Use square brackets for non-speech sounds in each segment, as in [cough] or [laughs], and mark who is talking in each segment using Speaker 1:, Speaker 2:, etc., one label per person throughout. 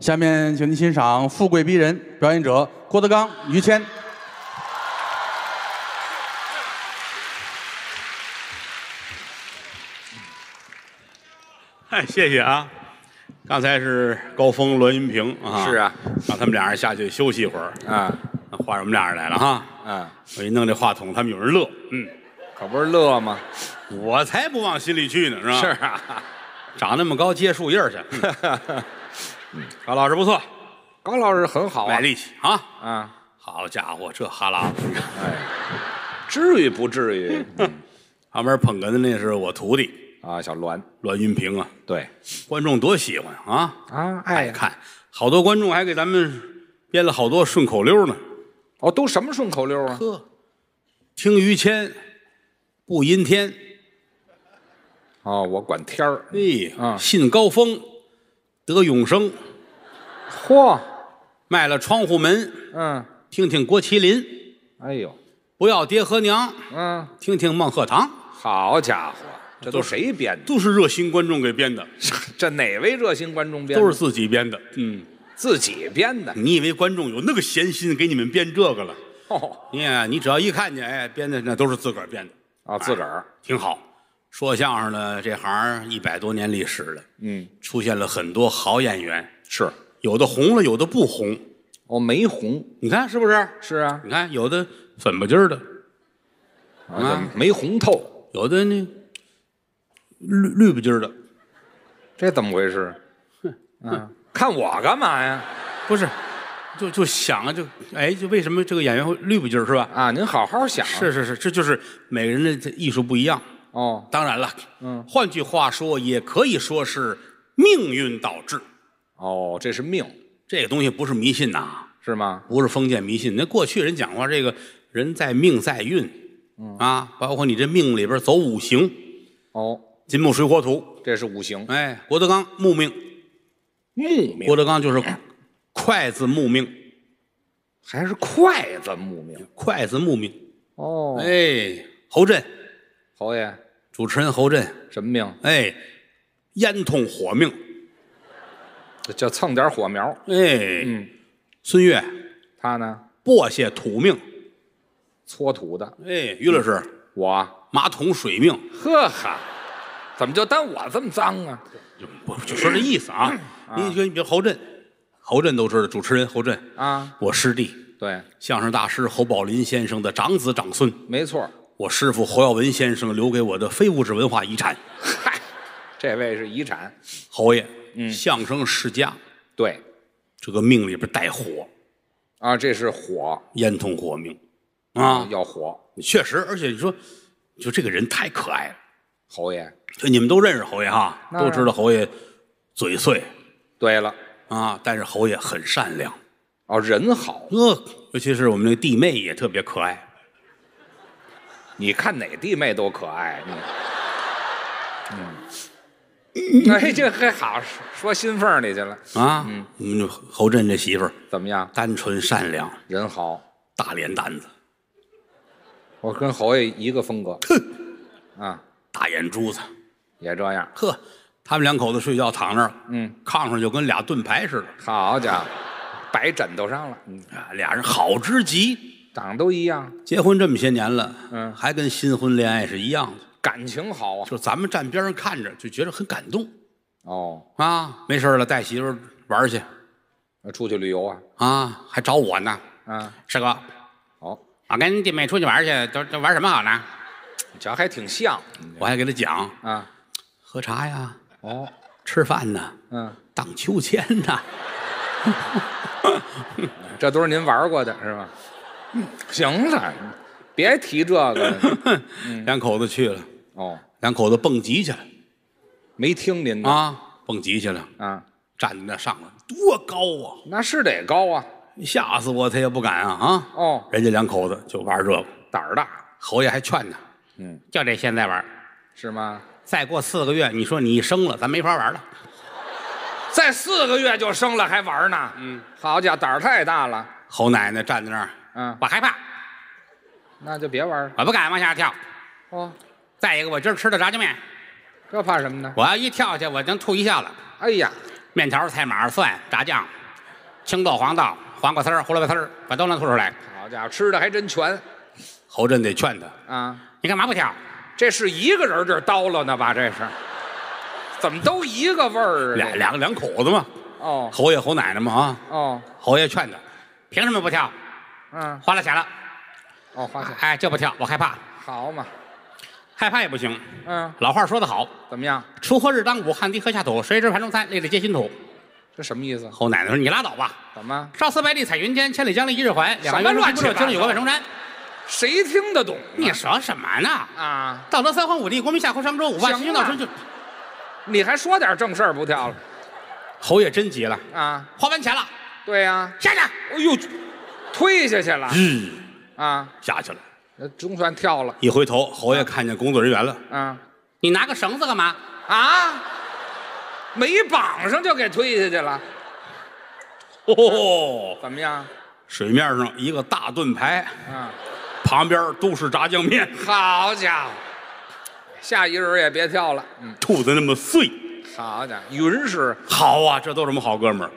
Speaker 1: 下面，请您欣赏《富贵逼人》，表演者郭德纲、于谦。
Speaker 2: 哎，谢谢啊！刚才是高峰、栾云平啊，
Speaker 3: 是啊，
Speaker 2: 让他们俩人下去休息一会儿，
Speaker 3: 啊，
Speaker 2: 换我们俩人来了哈。
Speaker 3: 啊，
Speaker 2: 我一弄这话筒，他们有人乐，嗯，
Speaker 3: 可不是乐吗？
Speaker 2: 我才不往心里去呢，是吧？
Speaker 3: 是啊，
Speaker 2: 长那么高接树叶
Speaker 3: [laughs]
Speaker 2: 儿去。嗯高老师不错，
Speaker 3: 高老师很好啊
Speaker 2: 卖，力气啊！
Speaker 3: 啊，哎
Speaker 2: 好家伙，这哈喇子，
Speaker 3: 至于不至
Speaker 2: [laughs]
Speaker 3: 于
Speaker 2: 旁边捧哏的那是我徒弟
Speaker 3: 啊？小栾，
Speaker 2: 栾云平啊，
Speaker 3: 对
Speaker 2: 观众多喜欢啊，
Speaker 3: 啊，
Speaker 2: 爱看，好多观众还给咱们编了好多顺口溜呢。
Speaker 3: 哦，都什么顺口溜啊？
Speaker 2: 呵，听于谦，不阴天，
Speaker 3: 哦，我管天儿，
Speaker 2: 哎，
Speaker 3: 啊
Speaker 2: 信高峰，得永生，
Speaker 3: 嚯，
Speaker 2: 卖了窗户门，
Speaker 3: 嗯，
Speaker 2: 听听郭麒麟，
Speaker 3: 哎呦，
Speaker 2: 不要爹和娘，
Speaker 3: 嗯，
Speaker 2: 听听孟鹤堂，
Speaker 3: 好家伙，这都谁编的？ [laughs]
Speaker 2: 都是热心观众给编的，
Speaker 3: 这哪位热心观众编的？
Speaker 2: 都是自己编的。嗯，
Speaker 3: 自己编的。
Speaker 2: 你以为观众有那个闲心给你们编这个了？
Speaker 3: 哦，
Speaker 2: 你呀，你只要一看见，哎，编的那都是自个儿编的，
Speaker 3: 啊，自个儿，
Speaker 2: 挺好。说相声的这行一百多年历史了，
Speaker 3: 嗯，
Speaker 2: 出现了很多好演员，
Speaker 3: 是，
Speaker 2: 有的红了，有的不红。
Speaker 3: 哦，没红，
Speaker 2: 你看是不是？
Speaker 3: 是啊，
Speaker 2: 你看有的粉不劲儿的，
Speaker 3: 啊，怎么没红透，
Speaker 2: 有的呢绿绿不劲儿的，
Speaker 3: 这怎么回事？嗯，看我干嘛呀？
Speaker 2: 不是，就就想啊，就哎，就为什么这个演员会绿不劲儿是吧？
Speaker 3: 啊，您好好想。
Speaker 2: 是是是，这就是每个人的这艺术不一样。
Speaker 3: 哦，
Speaker 2: 当然了，嗯，换句话说，也可以说是命运导致。
Speaker 3: 哦，这是命
Speaker 2: 这个东西不是迷信呐，
Speaker 3: 是吗？
Speaker 2: 不是封建迷信。那过去人讲话，这个人在命在运，啊，包括你这命里边走五行，
Speaker 3: 哦，
Speaker 2: 金木水火土。
Speaker 3: 这是五行
Speaker 2: 哎，郭德纲木命，
Speaker 3: 木
Speaker 2: 郭
Speaker 3: 命，
Speaker 2: 德纲就是筷子木命，
Speaker 3: 还是筷子木命？
Speaker 2: 筷子木命。
Speaker 3: 哦，
Speaker 2: 哎，侯震，
Speaker 3: 侯爷
Speaker 2: 主持人侯震，
Speaker 3: 什么命？
Speaker 2: 哎，烟筒火命，
Speaker 3: 就蹭点火苗。
Speaker 2: 哎，孙越
Speaker 3: 他呢，
Speaker 2: 簸箕土命，
Speaker 3: 搓土的。
Speaker 2: 哎，于老师
Speaker 3: 我
Speaker 2: 马桶水命，
Speaker 3: 呵哈，怎么就单我这么脏啊？
Speaker 2: 不就说这意思啊？你说你别侯震，侯震都知道，主持人侯震，
Speaker 3: 啊，
Speaker 2: 我师弟
Speaker 3: 对，
Speaker 2: 相声大师侯宝林先生的长子长孙，
Speaker 3: 没错。
Speaker 2: 我师傅侯耀文先生留给我的非物质文化遗产。
Speaker 3: 嗨，这位是遗产。
Speaker 2: 侯爷，相声世家，
Speaker 3: 对，
Speaker 2: 这个命里边带火，
Speaker 3: 啊，这是火
Speaker 2: 烟筒火命，啊，
Speaker 3: 要火。
Speaker 2: 确实，而且你说，就这个人太可爱了。
Speaker 3: 侯爷，
Speaker 2: 就你们都认识侯爷哈，
Speaker 3: 那
Speaker 2: 都知道侯爷嘴碎
Speaker 3: 对了，
Speaker 2: 啊，但是侯爷很善良。
Speaker 3: 哦，人好。
Speaker 2: 呃，尤其是我们那弟妹也特别可爱，
Speaker 3: 你看哪弟妹都可爱，你，嗯，哎，这还好说心缝儿里去了，
Speaker 2: 啊，
Speaker 3: 嗯
Speaker 2: 我们这侯震这媳妇儿
Speaker 3: 怎么样？
Speaker 2: 单纯善良，
Speaker 3: 人好，
Speaker 2: 大脸蛋子，
Speaker 3: 我跟侯爷一个风格，啊，
Speaker 2: 大眼珠子，
Speaker 3: 也这样，
Speaker 2: 呵，他们两口子睡觉躺那儿，
Speaker 3: 嗯，
Speaker 2: 炕上就跟俩盾牌似的，
Speaker 3: 好家伙，摆枕头上了，嗯，
Speaker 2: 啊，俩人好知极。
Speaker 3: 长得都一样，
Speaker 2: 结婚这么些年了，
Speaker 3: 嗯
Speaker 2: 还跟新婚恋爱是一样的，
Speaker 3: 感情好啊，
Speaker 2: 就咱们站边上看着就觉得很感动
Speaker 3: 哦，
Speaker 2: 啊。没事儿了，带媳妇儿玩儿去
Speaker 3: 出去旅游啊，
Speaker 2: 啊，还找我呢。
Speaker 3: 啊，哦
Speaker 2: 师哥，
Speaker 3: 好，
Speaker 2: 我跟弟妹出去玩儿去，都都玩什么好呢？
Speaker 3: 你瞧还挺像
Speaker 2: 我还给他讲，
Speaker 3: 啊，
Speaker 2: 喝茶呀，
Speaker 3: 哦，
Speaker 2: 吃饭呢，
Speaker 3: 嗯，
Speaker 2: 荡秋千呢。
Speaker 3: 这都是您玩过的是吧？行了，别提这
Speaker 2: [laughs]
Speaker 3: 个了，
Speaker 2: 两口子去了，
Speaker 3: 哦，
Speaker 2: 两口子蹦极去了
Speaker 3: 没听您的
Speaker 2: 啊，蹦极去了，
Speaker 3: 啊。
Speaker 2: 站在那上了，多高啊，
Speaker 3: 那是得高啊，
Speaker 2: 吓死我，他也不敢啊啊。
Speaker 3: 哦，
Speaker 2: 人家两口子就玩这个，
Speaker 3: 胆儿大
Speaker 2: 侯爷还劝呢，
Speaker 3: 嗯，
Speaker 2: 就这现在玩，
Speaker 3: 是吗？
Speaker 2: 再过四个月，你说你一生了，咱没法玩了。
Speaker 3: 再四个月就生了还玩呢，嗯，好家伙，胆儿太大了，
Speaker 2: 侯奶奶站在那儿，
Speaker 3: 嗯，
Speaker 2: 我害怕，
Speaker 3: 那就别玩了。
Speaker 2: 我不敢往下跳。
Speaker 3: 哦，
Speaker 2: 再一个，我今儿吃的炸酱面，
Speaker 3: 这怕什么呢？
Speaker 2: 我要一跳下去，我能吐一下了。
Speaker 3: 哎呀，
Speaker 2: 面条、菜码、蒜、炸酱、青豆、黄豆、黄瓜丝儿、胡萝卜丝儿，把都能吐出来。
Speaker 3: 好家伙，吃的还真全
Speaker 2: 侯震得劝他
Speaker 3: 啊！：“
Speaker 2: 你干嘛不挑？
Speaker 3: 这是一个人这儿叨唠呢吧？这是，怎么都一个味儿啊？
Speaker 2: 俩两两口子嘛，
Speaker 3: 哦
Speaker 2: 侯爷侯奶奶嘛啊。
Speaker 3: 哦，”
Speaker 2: 侯爷劝他：“凭什么不挑？
Speaker 3: 嗯
Speaker 2: 花了钱了，
Speaker 3: 哦，花钱
Speaker 2: 哎，就不挑，我害怕，
Speaker 3: 好嘛，
Speaker 2: 害怕也不行。
Speaker 3: 嗯，
Speaker 2: 老话说得好，
Speaker 3: 怎么样？
Speaker 2: 锄禾日当午，汗滴禾下土，谁知盘中餐，粒粒皆辛苦。”
Speaker 3: 这什么意思？
Speaker 2: 侯奶奶说：“你拉倒吧，
Speaker 3: 怎么？
Speaker 2: 朝思白地彩云间，千里江陵一日还。两岸
Speaker 3: 什么
Speaker 2: 猿
Speaker 3: 乱
Speaker 2: 之
Speaker 3: 七
Speaker 2: 不六，
Speaker 3: 八
Speaker 2: 九
Speaker 3: 糟
Speaker 2: 岭有关万重山。
Speaker 3: 谁听得懂啊？
Speaker 2: 你说什么呢？
Speaker 3: 啊，
Speaker 2: 道德三皇五帝，国民下侯商周，五万
Speaker 3: 行
Speaker 2: 七星闹
Speaker 3: 了
Speaker 2: 春秋。
Speaker 3: 你还说点正事儿不跳了
Speaker 2: 侯爷真急了，
Speaker 3: 啊？
Speaker 2: 花完钱了，
Speaker 3: 对呀、
Speaker 2: 下去。
Speaker 3: 哎呦，推下去了
Speaker 2: 嗯，
Speaker 3: 啊！
Speaker 2: 下去了。
Speaker 3: 那总算跳了
Speaker 2: 一回头，侯爷看见工作人员了，
Speaker 3: 啊
Speaker 2: 你拿个绳子干嘛？
Speaker 3: 啊！没绑上就给推下去了，
Speaker 2: 哦，
Speaker 3: 怎么样？
Speaker 2: 水面上一个大盾牌，
Speaker 3: 啊，
Speaker 2: 旁边都是炸酱面，
Speaker 3: 好家伙，下一人也别跳了。嗯，
Speaker 2: 吐的那么碎。
Speaker 3: 好家伙，云是
Speaker 2: 好啊，这都是我们好哥们儿。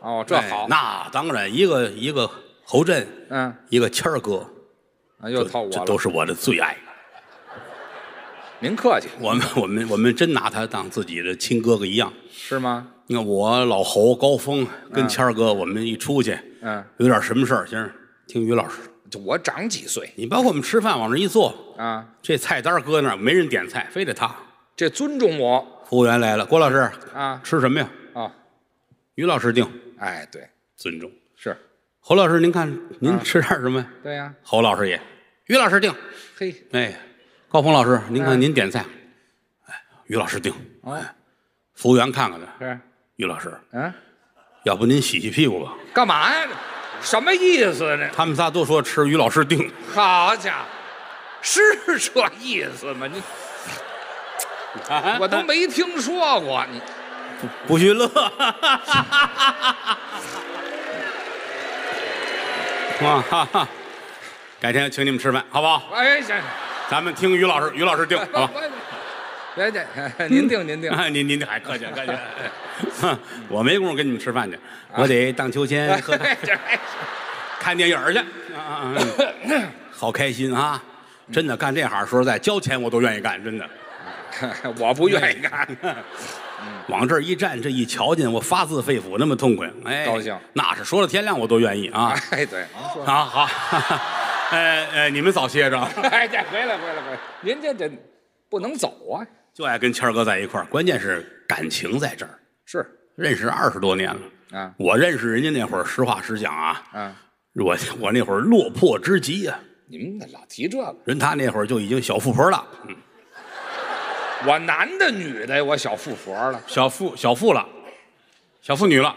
Speaker 3: 哦，这
Speaker 2: 哎
Speaker 3: 好，
Speaker 2: 那当然，一个一个侯震，
Speaker 3: 嗯，
Speaker 2: 一个谦儿哥，
Speaker 3: 啊又套我
Speaker 2: 这都
Speaker 3: 了。
Speaker 2: 是我的最爱。
Speaker 3: 您客气
Speaker 2: 我们 [laughs] 我们我们真拿他当自己的亲哥哥一样。
Speaker 3: 是吗？
Speaker 2: 你看我老侯高峰跟谦儿哥，我们一出去，
Speaker 3: 嗯，
Speaker 2: 有点什么事儿，先生听于老师，
Speaker 3: 就我长几岁
Speaker 2: 你包括我们吃饭往那一坐，
Speaker 3: 啊？
Speaker 2: 这菜单搁那儿没人点菜，非得他。
Speaker 3: 这尊重我
Speaker 2: 服务员来了，郭老师
Speaker 3: 啊
Speaker 2: 吃什么呀？
Speaker 3: 啊！
Speaker 2: 于老师定，
Speaker 3: 哎，对，
Speaker 2: 尊重。
Speaker 3: 是
Speaker 2: 侯老师，您看您吃点什么呀？
Speaker 3: 对呀、
Speaker 2: 侯老师也，于老师定。
Speaker 3: 嘿，
Speaker 2: 哎，高峰老师，您看您点菜，哎，于老师定。
Speaker 3: 哦，
Speaker 2: 服务员看看他，
Speaker 3: 是，
Speaker 2: 于老师，
Speaker 3: 嗯、
Speaker 2: 要不您洗洗屁股吧？
Speaker 3: 干嘛呀？什么意思呢？
Speaker 2: 他们仨都说吃于老师定。
Speaker 3: 好家伙，是这意思吗？
Speaker 2: [laughs]
Speaker 3: 你
Speaker 2: 啊
Speaker 3: 我都没听说过你。
Speaker 2: 不许乐。 [laughs] 哇啊哈哈！改天请你们吃饭，好不好？
Speaker 3: 哎，行，
Speaker 2: 咱们听于老师，于老师定，
Speaker 3: [laughs]
Speaker 2: 好吧？
Speaker 3: 别介，哎您定您定。
Speaker 2: 啊，您您还客气客气， [laughs] 哼我没工夫跟你们吃饭去，我得荡秋千、喝
Speaker 3: 哎这哎
Speaker 2: 看电影儿去。啊啊啊好开心啊！真的干这行，说实在，交钱我都愿意干，真的。
Speaker 3: [laughs] 我不愿意
Speaker 2: [laughs]
Speaker 3: 干。
Speaker 2: 嗯往这儿一站，这一瞧见，我发自肺腑那么痛快，哎，
Speaker 3: 高兴
Speaker 2: 那是说了天亮我都愿意 [laughs] 啊。
Speaker 3: 哎，对，您说。
Speaker 2: 啊，好， [laughs] 呃呃，你们早歇着， [laughs]
Speaker 3: 哎，这回来回来回来，您这这不能走啊。
Speaker 2: 就爱跟谦儿哥在一块儿。关键是感情在这儿，
Speaker 3: 是
Speaker 2: 认识二十多年了。
Speaker 3: 啊，
Speaker 2: 我认识人家那会儿，实话实讲啊，
Speaker 3: 啊，
Speaker 2: 我我那会儿落魄之极呀、
Speaker 3: 你们老提这个，
Speaker 2: 人他那会儿就已经小富婆了，嗯
Speaker 3: 我男的女的，我小富婆了，
Speaker 2: 小富小富了，小妇女了，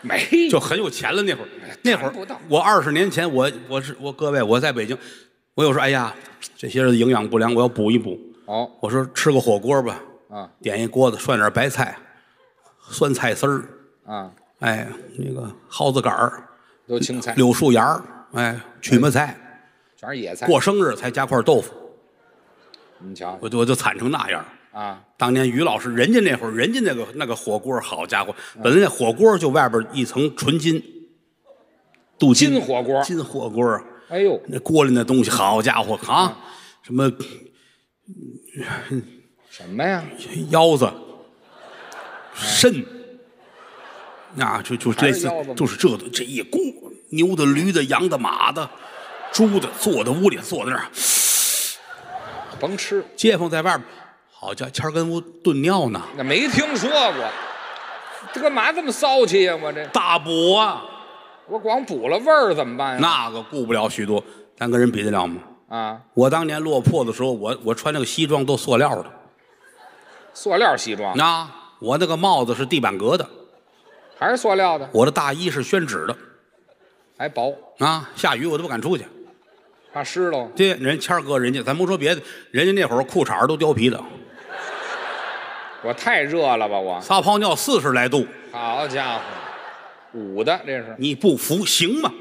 Speaker 3: 没 [laughs]
Speaker 2: 就很有钱了。那会儿，那会
Speaker 3: 谈不
Speaker 2: 儿
Speaker 3: 到
Speaker 2: 我二十年前，我我是我各位，我在北京，我有时候哎呀，这些日子营养不良，我要补一补。
Speaker 3: 哦
Speaker 2: 我说吃个火锅吧，
Speaker 3: 啊
Speaker 2: 点一锅子涮点白菜，酸菜丝儿，
Speaker 3: 啊，
Speaker 2: 哎，那个蒿子杆儿、
Speaker 3: 都青菜，
Speaker 2: 柳树芽儿，哎，曲麻菜。
Speaker 3: 全是野菜。
Speaker 2: 过生日才加块豆腐，
Speaker 3: 你瞧
Speaker 2: 我就我就惨成那样儿。
Speaker 3: 啊，
Speaker 2: 当年于老师，人家那会儿，人家那个那个火锅，好家伙，本来那火锅就外边一层纯金，镀金
Speaker 3: 金火锅
Speaker 2: 金火锅啊，
Speaker 3: 哎呦，
Speaker 2: 那锅里那东西，好家伙啊，什么
Speaker 3: 什么呀？
Speaker 2: 腰子、肾，啊，就就
Speaker 3: 还
Speaker 2: 类
Speaker 3: 是
Speaker 2: 似
Speaker 3: 腰子吗
Speaker 2: 就是这的这一锅，牛的、驴的、羊的、马的、猪的，坐在屋里坐在那儿，
Speaker 3: 甭吃，
Speaker 2: 街坊在外边，好家伙，谦儿跟屋炖尿呢，
Speaker 3: 那没听说过。这干嘛这么骚气呀、我这
Speaker 2: 大补啊，
Speaker 3: 我光补了味儿怎么办呀？
Speaker 2: 那个顾不了许多，咱跟人比得了吗？
Speaker 3: 啊，
Speaker 2: 我当年落魄的时候，我我穿那个西装都塑料的，
Speaker 3: 塑料西装
Speaker 2: 啊，我那个帽子是地板革的，
Speaker 3: 还是塑料的，
Speaker 2: 我的大衣是宣纸的，
Speaker 3: 还薄，
Speaker 2: 啊，下雨我都不敢出去。
Speaker 3: 怕湿喽。
Speaker 2: 这人谦儿哥，人家咱不说别的，人家那会儿裤衩儿都貂皮的，
Speaker 3: 我太热了吧我？
Speaker 2: 撒泡尿四十来度，
Speaker 3: 好家伙，捂的这是
Speaker 2: 你不服行吗？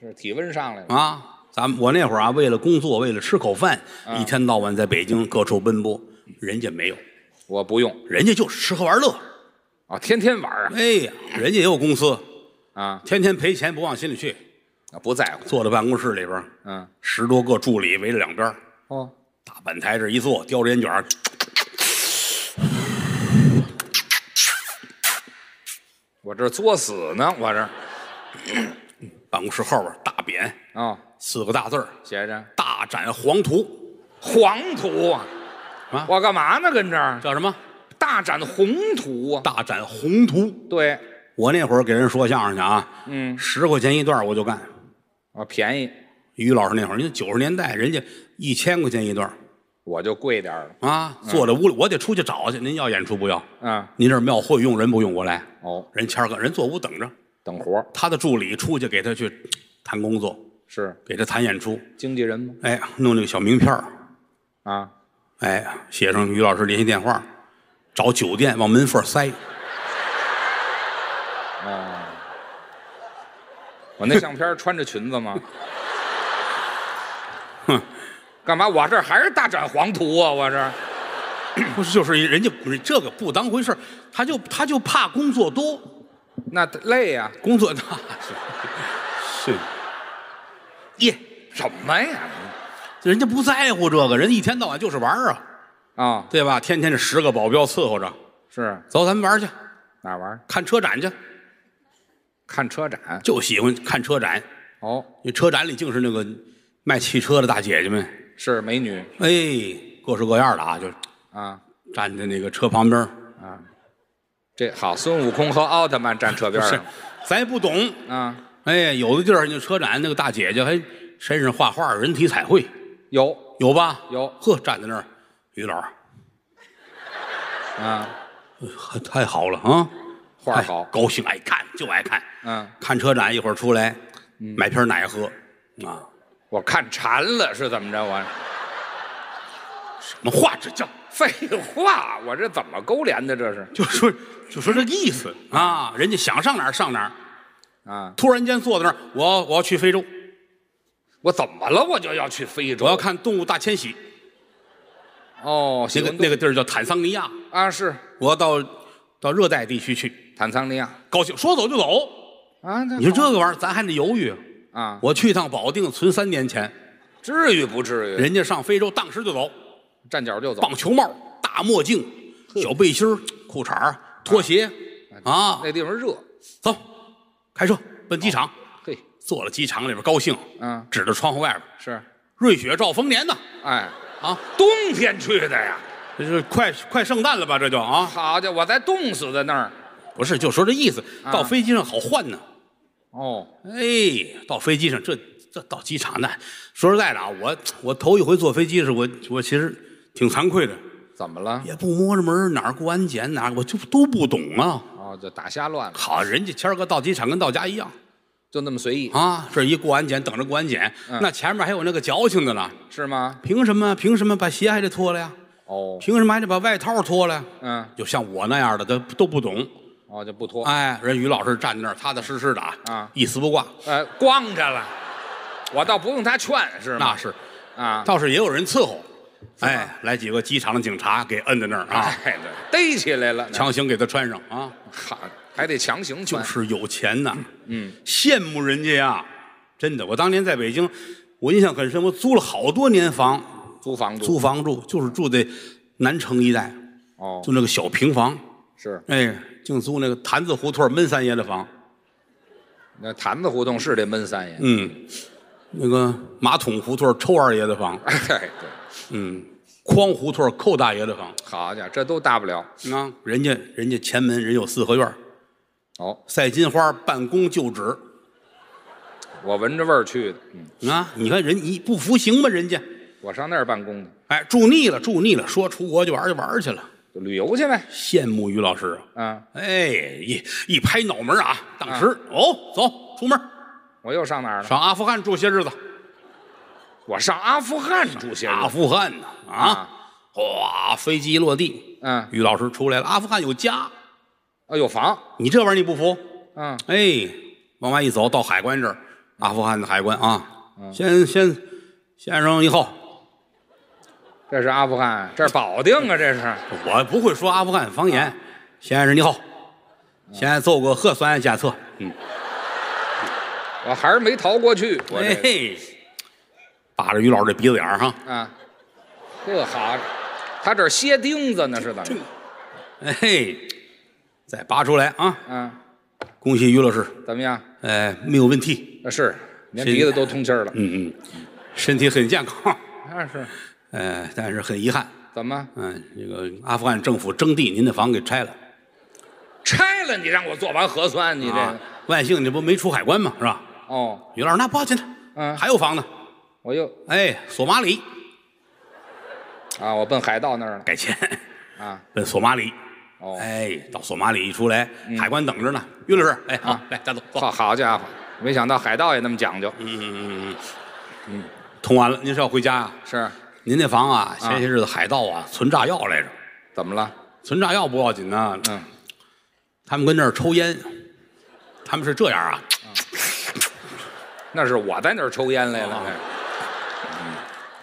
Speaker 3: 这是体温上来了。
Speaker 2: 啊，咱们我那会儿啊，为了工作，为了吃口饭，一天到晚在北京各处奔波，人家没有，
Speaker 3: 我不用
Speaker 2: 人家就是吃喝玩乐，
Speaker 3: 哦，天天玩啊
Speaker 2: 哎呀，人家也有公司，
Speaker 3: 啊
Speaker 2: 天天赔钱不往心里去，
Speaker 3: 啊，不在乎，
Speaker 2: 坐在办公室里边儿，
Speaker 3: 嗯，
Speaker 2: 十多个助理围着两边儿，
Speaker 3: 哦，
Speaker 2: 大板台这一坐，叼着烟卷儿，
Speaker 3: 我这儿作死呢，我这儿
Speaker 2: 办公室后边儿大匾
Speaker 3: 哦，
Speaker 2: 四个大字儿
Speaker 3: 写着
Speaker 2: “大展宏图
Speaker 3: 黄图啊，
Speaker 2: 啊
Speaker 3: 我干嘛呢？跟这”，儿
Speaker 2: 叫什么？
Speaker 3: 大展宏图啊，
Speaker 2: 大展宏图。
Speaker 3: 对
Speaker 2: 我那会儿给人说相声去啊，
Speaker 3: 嗯
Speaker 2: 十块钱一段儿我就干。
Speaker 3: 啊，便宜
Speaker 2: 于老师那会儿，人家九十年代，人家一千块钱一段儿
Speaker 3: 我就贵点儿了，
Speaker 2: 啊，坐在屋里，我得出去找去。您要演出不要？
Speaker 3: 嗯，
Speaker 2: 您这儿庙会用人不用？我来。
Speaker 3: 哦，
Speaker 2: 人谦儿哥，人坐屋等着，
Speaker 3: 等活儿
Speaker 2: 他的助理出去给他去嘖谈工作，
Speaker 3: 是
Speaker 2: 给他谈演出。
Speaker 3: 经纪人吗？
Speaker 2: 哎，弄那个小名片儿
Speaker 3: 啊，
Speaker 2: 哎，写上于老师联系电话，找酒店往门缝塞。
Speaker 3: 我那相片儿穿着裙子吗？ [laughs] 干嘛？我这儿还是大展宏图啊！我这儿
Speaker 2: 不是，就是人家不是这个不当回事儿他就他就怕工作多，
Speaker 3: 那累呀、
Speaker 2: 工作大是 [laughs]
Speaker 3: 耶，什么呀？
Speaker 2: 是，人家不在乎这个，人一天到晚就是玩儿啊，
Speaker 3: 啊、
Speaker 2: 对吧？天天这十个保镖伺候着，
Speaker 3: 是
Speaker 2: 走，咱们玩儿去，
Speaker 3: 哪儿玩儿？
Speaker 2: 看车展去，
Speaker 3: 看车展。
Speaker 2: 就喜欢看车展。
Speaker 3: 哦，
Speaker 2: 那车展里竟是那个卖汽车的大姐姐们，
Speaker 3: 是美女
Speaker 2: 哎，各式各样的啊，就
Speaker 3: 啊
Speaker 2: 站在那个车旁边儿。
Speaker 3: 啊！这好，孙悟空和奥特曼站车边
Speaker 2: 是
Speaker 3: 上，
Speaker 2: 咱也不懂，
Speaker 3: 啊，
Speaker 2: 哎，有的地儿那车展那个大姐姐还身上画画，人体彩绘
Speaker 3: 有
Speaker 2: 有吧？
Speaker 3: 有
Speaker 2: 呵，站在那儿，于老师
Speaker 3: 啊，
Speaker 2: 呵太好了啊，
Speaker 3: 画儿好
Speaker 2: 哎高兴爱看就爱看，
Speaker 3: 嗯，
Speaker 2: 看车展一会儿出来买瓶奶喝
Speaker 3: 嗯
Speaker 2: 啊，
Speaker 3: 我看馋了是怎么着？我
Speaker 2: 什么话这叫？
Speaker 3: 废话，我这怎么勾连的？这是
Speaker 2: 就说就说这个意思啊，人家想上哪儿上哪儿。
Speaker 3: 啊，
Speaker 2: 突然间坐在那儿，我要我要去非洲，
Speaker 3: 我怎么了？我就要去非洲？
Speaker 2: 我要看动物大迁徙，
Speaker 3: 哦，
Speaker 2: 那个
Speaker 3: 行
Speaker 2: 那个地儿叫坦桑尼亚，
Speaker 3: 啊，是
Speaker 2: 我要到到热带地区去，
Speaker 3: 坦桑尼亚
Speaker 2: 高兴说走就走。
Speaker 3: 啊，你
Speaker 2: 你说这个玩意儿，咱还得犹豫。
Speaker 3: 啊，
Speaker 2: 我去一趟保定，存三年钱，
Speaker 3: 至于不至于？
Speaker 2: 人家上非洲当时就走，
Speaker 3: 站脚就走，
Speaker 2: 棒球帽、大墨镜、小背心儿、裤衩儿拖鞋啊，
Speaker 3: 哎那地方热，
Speaker 2: 走，开车奔机场。
Speaker 3: 嘿，
Speaker 2: 坐了机场里边高兴，
Speaker 3: 嗯，
Speaker 2: 指着窗户外边，
Speaker 3: 是，
Speaker 2: 瑞雪兆丰年呢
Speaker 3: 哎，
Speaker 2: 啊，
Speaker 3: 冬天去的呀。
Speaker 2: 这是快快圣诞了吧？这就啊，
Speaker 3: 好家伙，我才冻死在那儿。
Speaker 2: 不是，就说这意思，
Speaker 3: 啊
Speaker 2: 到飞机上好换呢。
Speaker 3: 哦，
Speaker 2: 哎，到飞机上，这这到机场呢，说实在的啊，我我头一回坐飞机的时候，我我其实挺惭愧的，
Speaker 3: 怎么了？
Speaker 2: 也不摸着门儿哪儿过安检哪儿，我就都不懂啊。
Speaker 3: 哦，就打瞎乱了，
Speaker 2: 好，人家谦儿哥到机场跟到家一样
Speaker 3: 就那么随意，
Speaker 2: 啊，这一过安检，等着过安检，
Speaker 3: 嗯
Speaker 2: 那前面还有那个矫情的呢，
Speaker 3: 是吗？
Speaker 2: 凭什么凭什么把鞋还得脱了呀？
Speaker 3: 哦，
Speaker 2: 凭什么还得把外套脱了呀？
Speaker 3: 嗯，
Speaker 2: 就像我那样的，他都不懂。
Speaker 3: 哦，就不脱，
Speaker 2: 哎，人于老师站在那儿，踏踏实实的啊，
Speaker 3: 啊
Speaker 2: 一丝不挂，
Speaker 3: 呃，光着了。我倒不用他劝，是
Speaker 2: 那
Speaker 3: 吗？
Speaker 2: 是。
Speaker 3: 啊，
Speaker 2: 倒是也有人伺候，哎，来几个机场的警察给摁在那儿啊，
Speaker 3: 哎，对，逮起来了，
Speaker 2: 强行给他穿上啊，
Speaker 3: 好，还得强行
Speaker 2: 就
Speaker 3: 穿，
Speaker 2: 是有钱呐，嗯，羡慕人家呀，真的。我当年在北京，我印象很深，我租了好多年房，
Speaker 3: 租房住。
Speaker 2: 租房住就是住在南城一带，
Speaker 3: 哦，
Speaker 2: 就那个小平房，
Speaker 3: 是
Speaker 2: 哎，净租那个坛子胡同闷三爷的房，
Speaker 3: 那坛子胡同是得闷三爷。
Speaker 2: 嗯，那个马桶胡同抽二爷的房，
Speaker 3: [laughs] 哎，对，
Speaker 2: 嗯，匡胡同寇大爷的房，
Speaker 3: 好家伙，这都大不了。
Speaker 2: 啊，人家人家前门人有四合院儿。
Speaker 3: 哦，
Speaker 2: 赛金花办公就址
Speaker 3: 我闻着味儿去的。嗯，
Speaker 2: 啊！你看人你不服行吗？人家
Speaker 3: 我上那儿办公的，
Speaker 2: 哎，住腻了，住腻了，说出国去玩儿就玩儿去了，
Speaker 3: 就旅游去呗。
Speaker 2: 羡慕于老师啊！
Speaker 3: 啊，
Speaker 2: 哎，一一拍脑门儿啊，当时、哦，走，出门儿
Speaker 3: 我又上哪儿了？
Speaker 2: 上阿富汗住些日子，
Speaker 3: 我上阿富汗住些日
Speaker 2: 阿
Speaker 3: 子。
Speaker 2: 富汗呢嗯啊，哗，飞机一落地，
Speaker 3: 嗯，
Speaker 2: 于老师出来了，阿富汗有家，
Speaker 3: 哦，有房。
Speaker 2: 你这玩意儿你不服？
Speaker 3: 嗯，
Speaker 2: 哎，往外一走到海关这儿，阿富汗的海关啊，先先先生一号，
Speaker 3: 这是阿富汗，这是保定啊，这是。
Speaker 2: 啊我不会说阿富汗方言。先生你好，现在揍个核酸检测，嗯，
Speaker 3: 我还是没逃过去，我这个
Speaker 2: 哎，扒着于老师这鼻子眼儿哈，
Speaker 3: 啊，呵好，啊他这儿歇钉子呢是怎么？
Speaker 2: 哎嘿，再拔出来啊！
Speaker 3: 啊，
Speaker 2: 恭喜于老师，
Speaker 3: 怎么样？
Speaker 2: 哎，没有问题，
Speaker 3: 啊是，连
Speaker 2: 谁
Speaker 3: 鼻子都通气儿了。
Speaker 2: 嗯嗯，身体很健 [laughs] 康，
Speaker 3: 那是
Speaker 2: 呃，但是很遗憾，
Speaker 3: 怎么
Speaker 2: 嗯、这个阿富汗政府征地，您的房给拆了，
Speaker 3: 拆了你让我做完核酸，你这
Speaker 2: 啊
Speaker 3: 个，
Speaker 2: 万幸这不没出海关嘛，是吧？
Speaker 3: 哦，
Speaker 2: 于老师，那不要紧的，
Speaker 3: 嗯
Speaker 2: 还有房呢，
Speaker 3: 我又
Speaker 2: 哎，索马里
Speaker 3: 啊，我奔海盗那儿了
Speaker 2: 改 [laughs] 签，
Speaker 3: 啊。
Speaker 2: 奔索马里，
Speaker 3: 哦，
Speaker 2: 哎，到索马里一出来，海关等着呢，于老师，哎，嗯好，来，带走，走，
Speaker 3: 好好家伙，没想到海盗也那么讲究。
Speaker 2: 嗯嗯嗯嗯，通完了，您是要回家啊？
Speaker 3: 是，
Speaker 2: 您那房啊，前些日子海盗啊存炸药来着，
Speaker 3: 怎么了？
Speaker 2: 存炸药不要紧呢，
Speaker 3: 嗯，
Speaker 2: 他们跟那儿抽烟，他们是这样啊，
Speaker 3: 那是我在那儿抽烟来了，
Speaker 2: 啊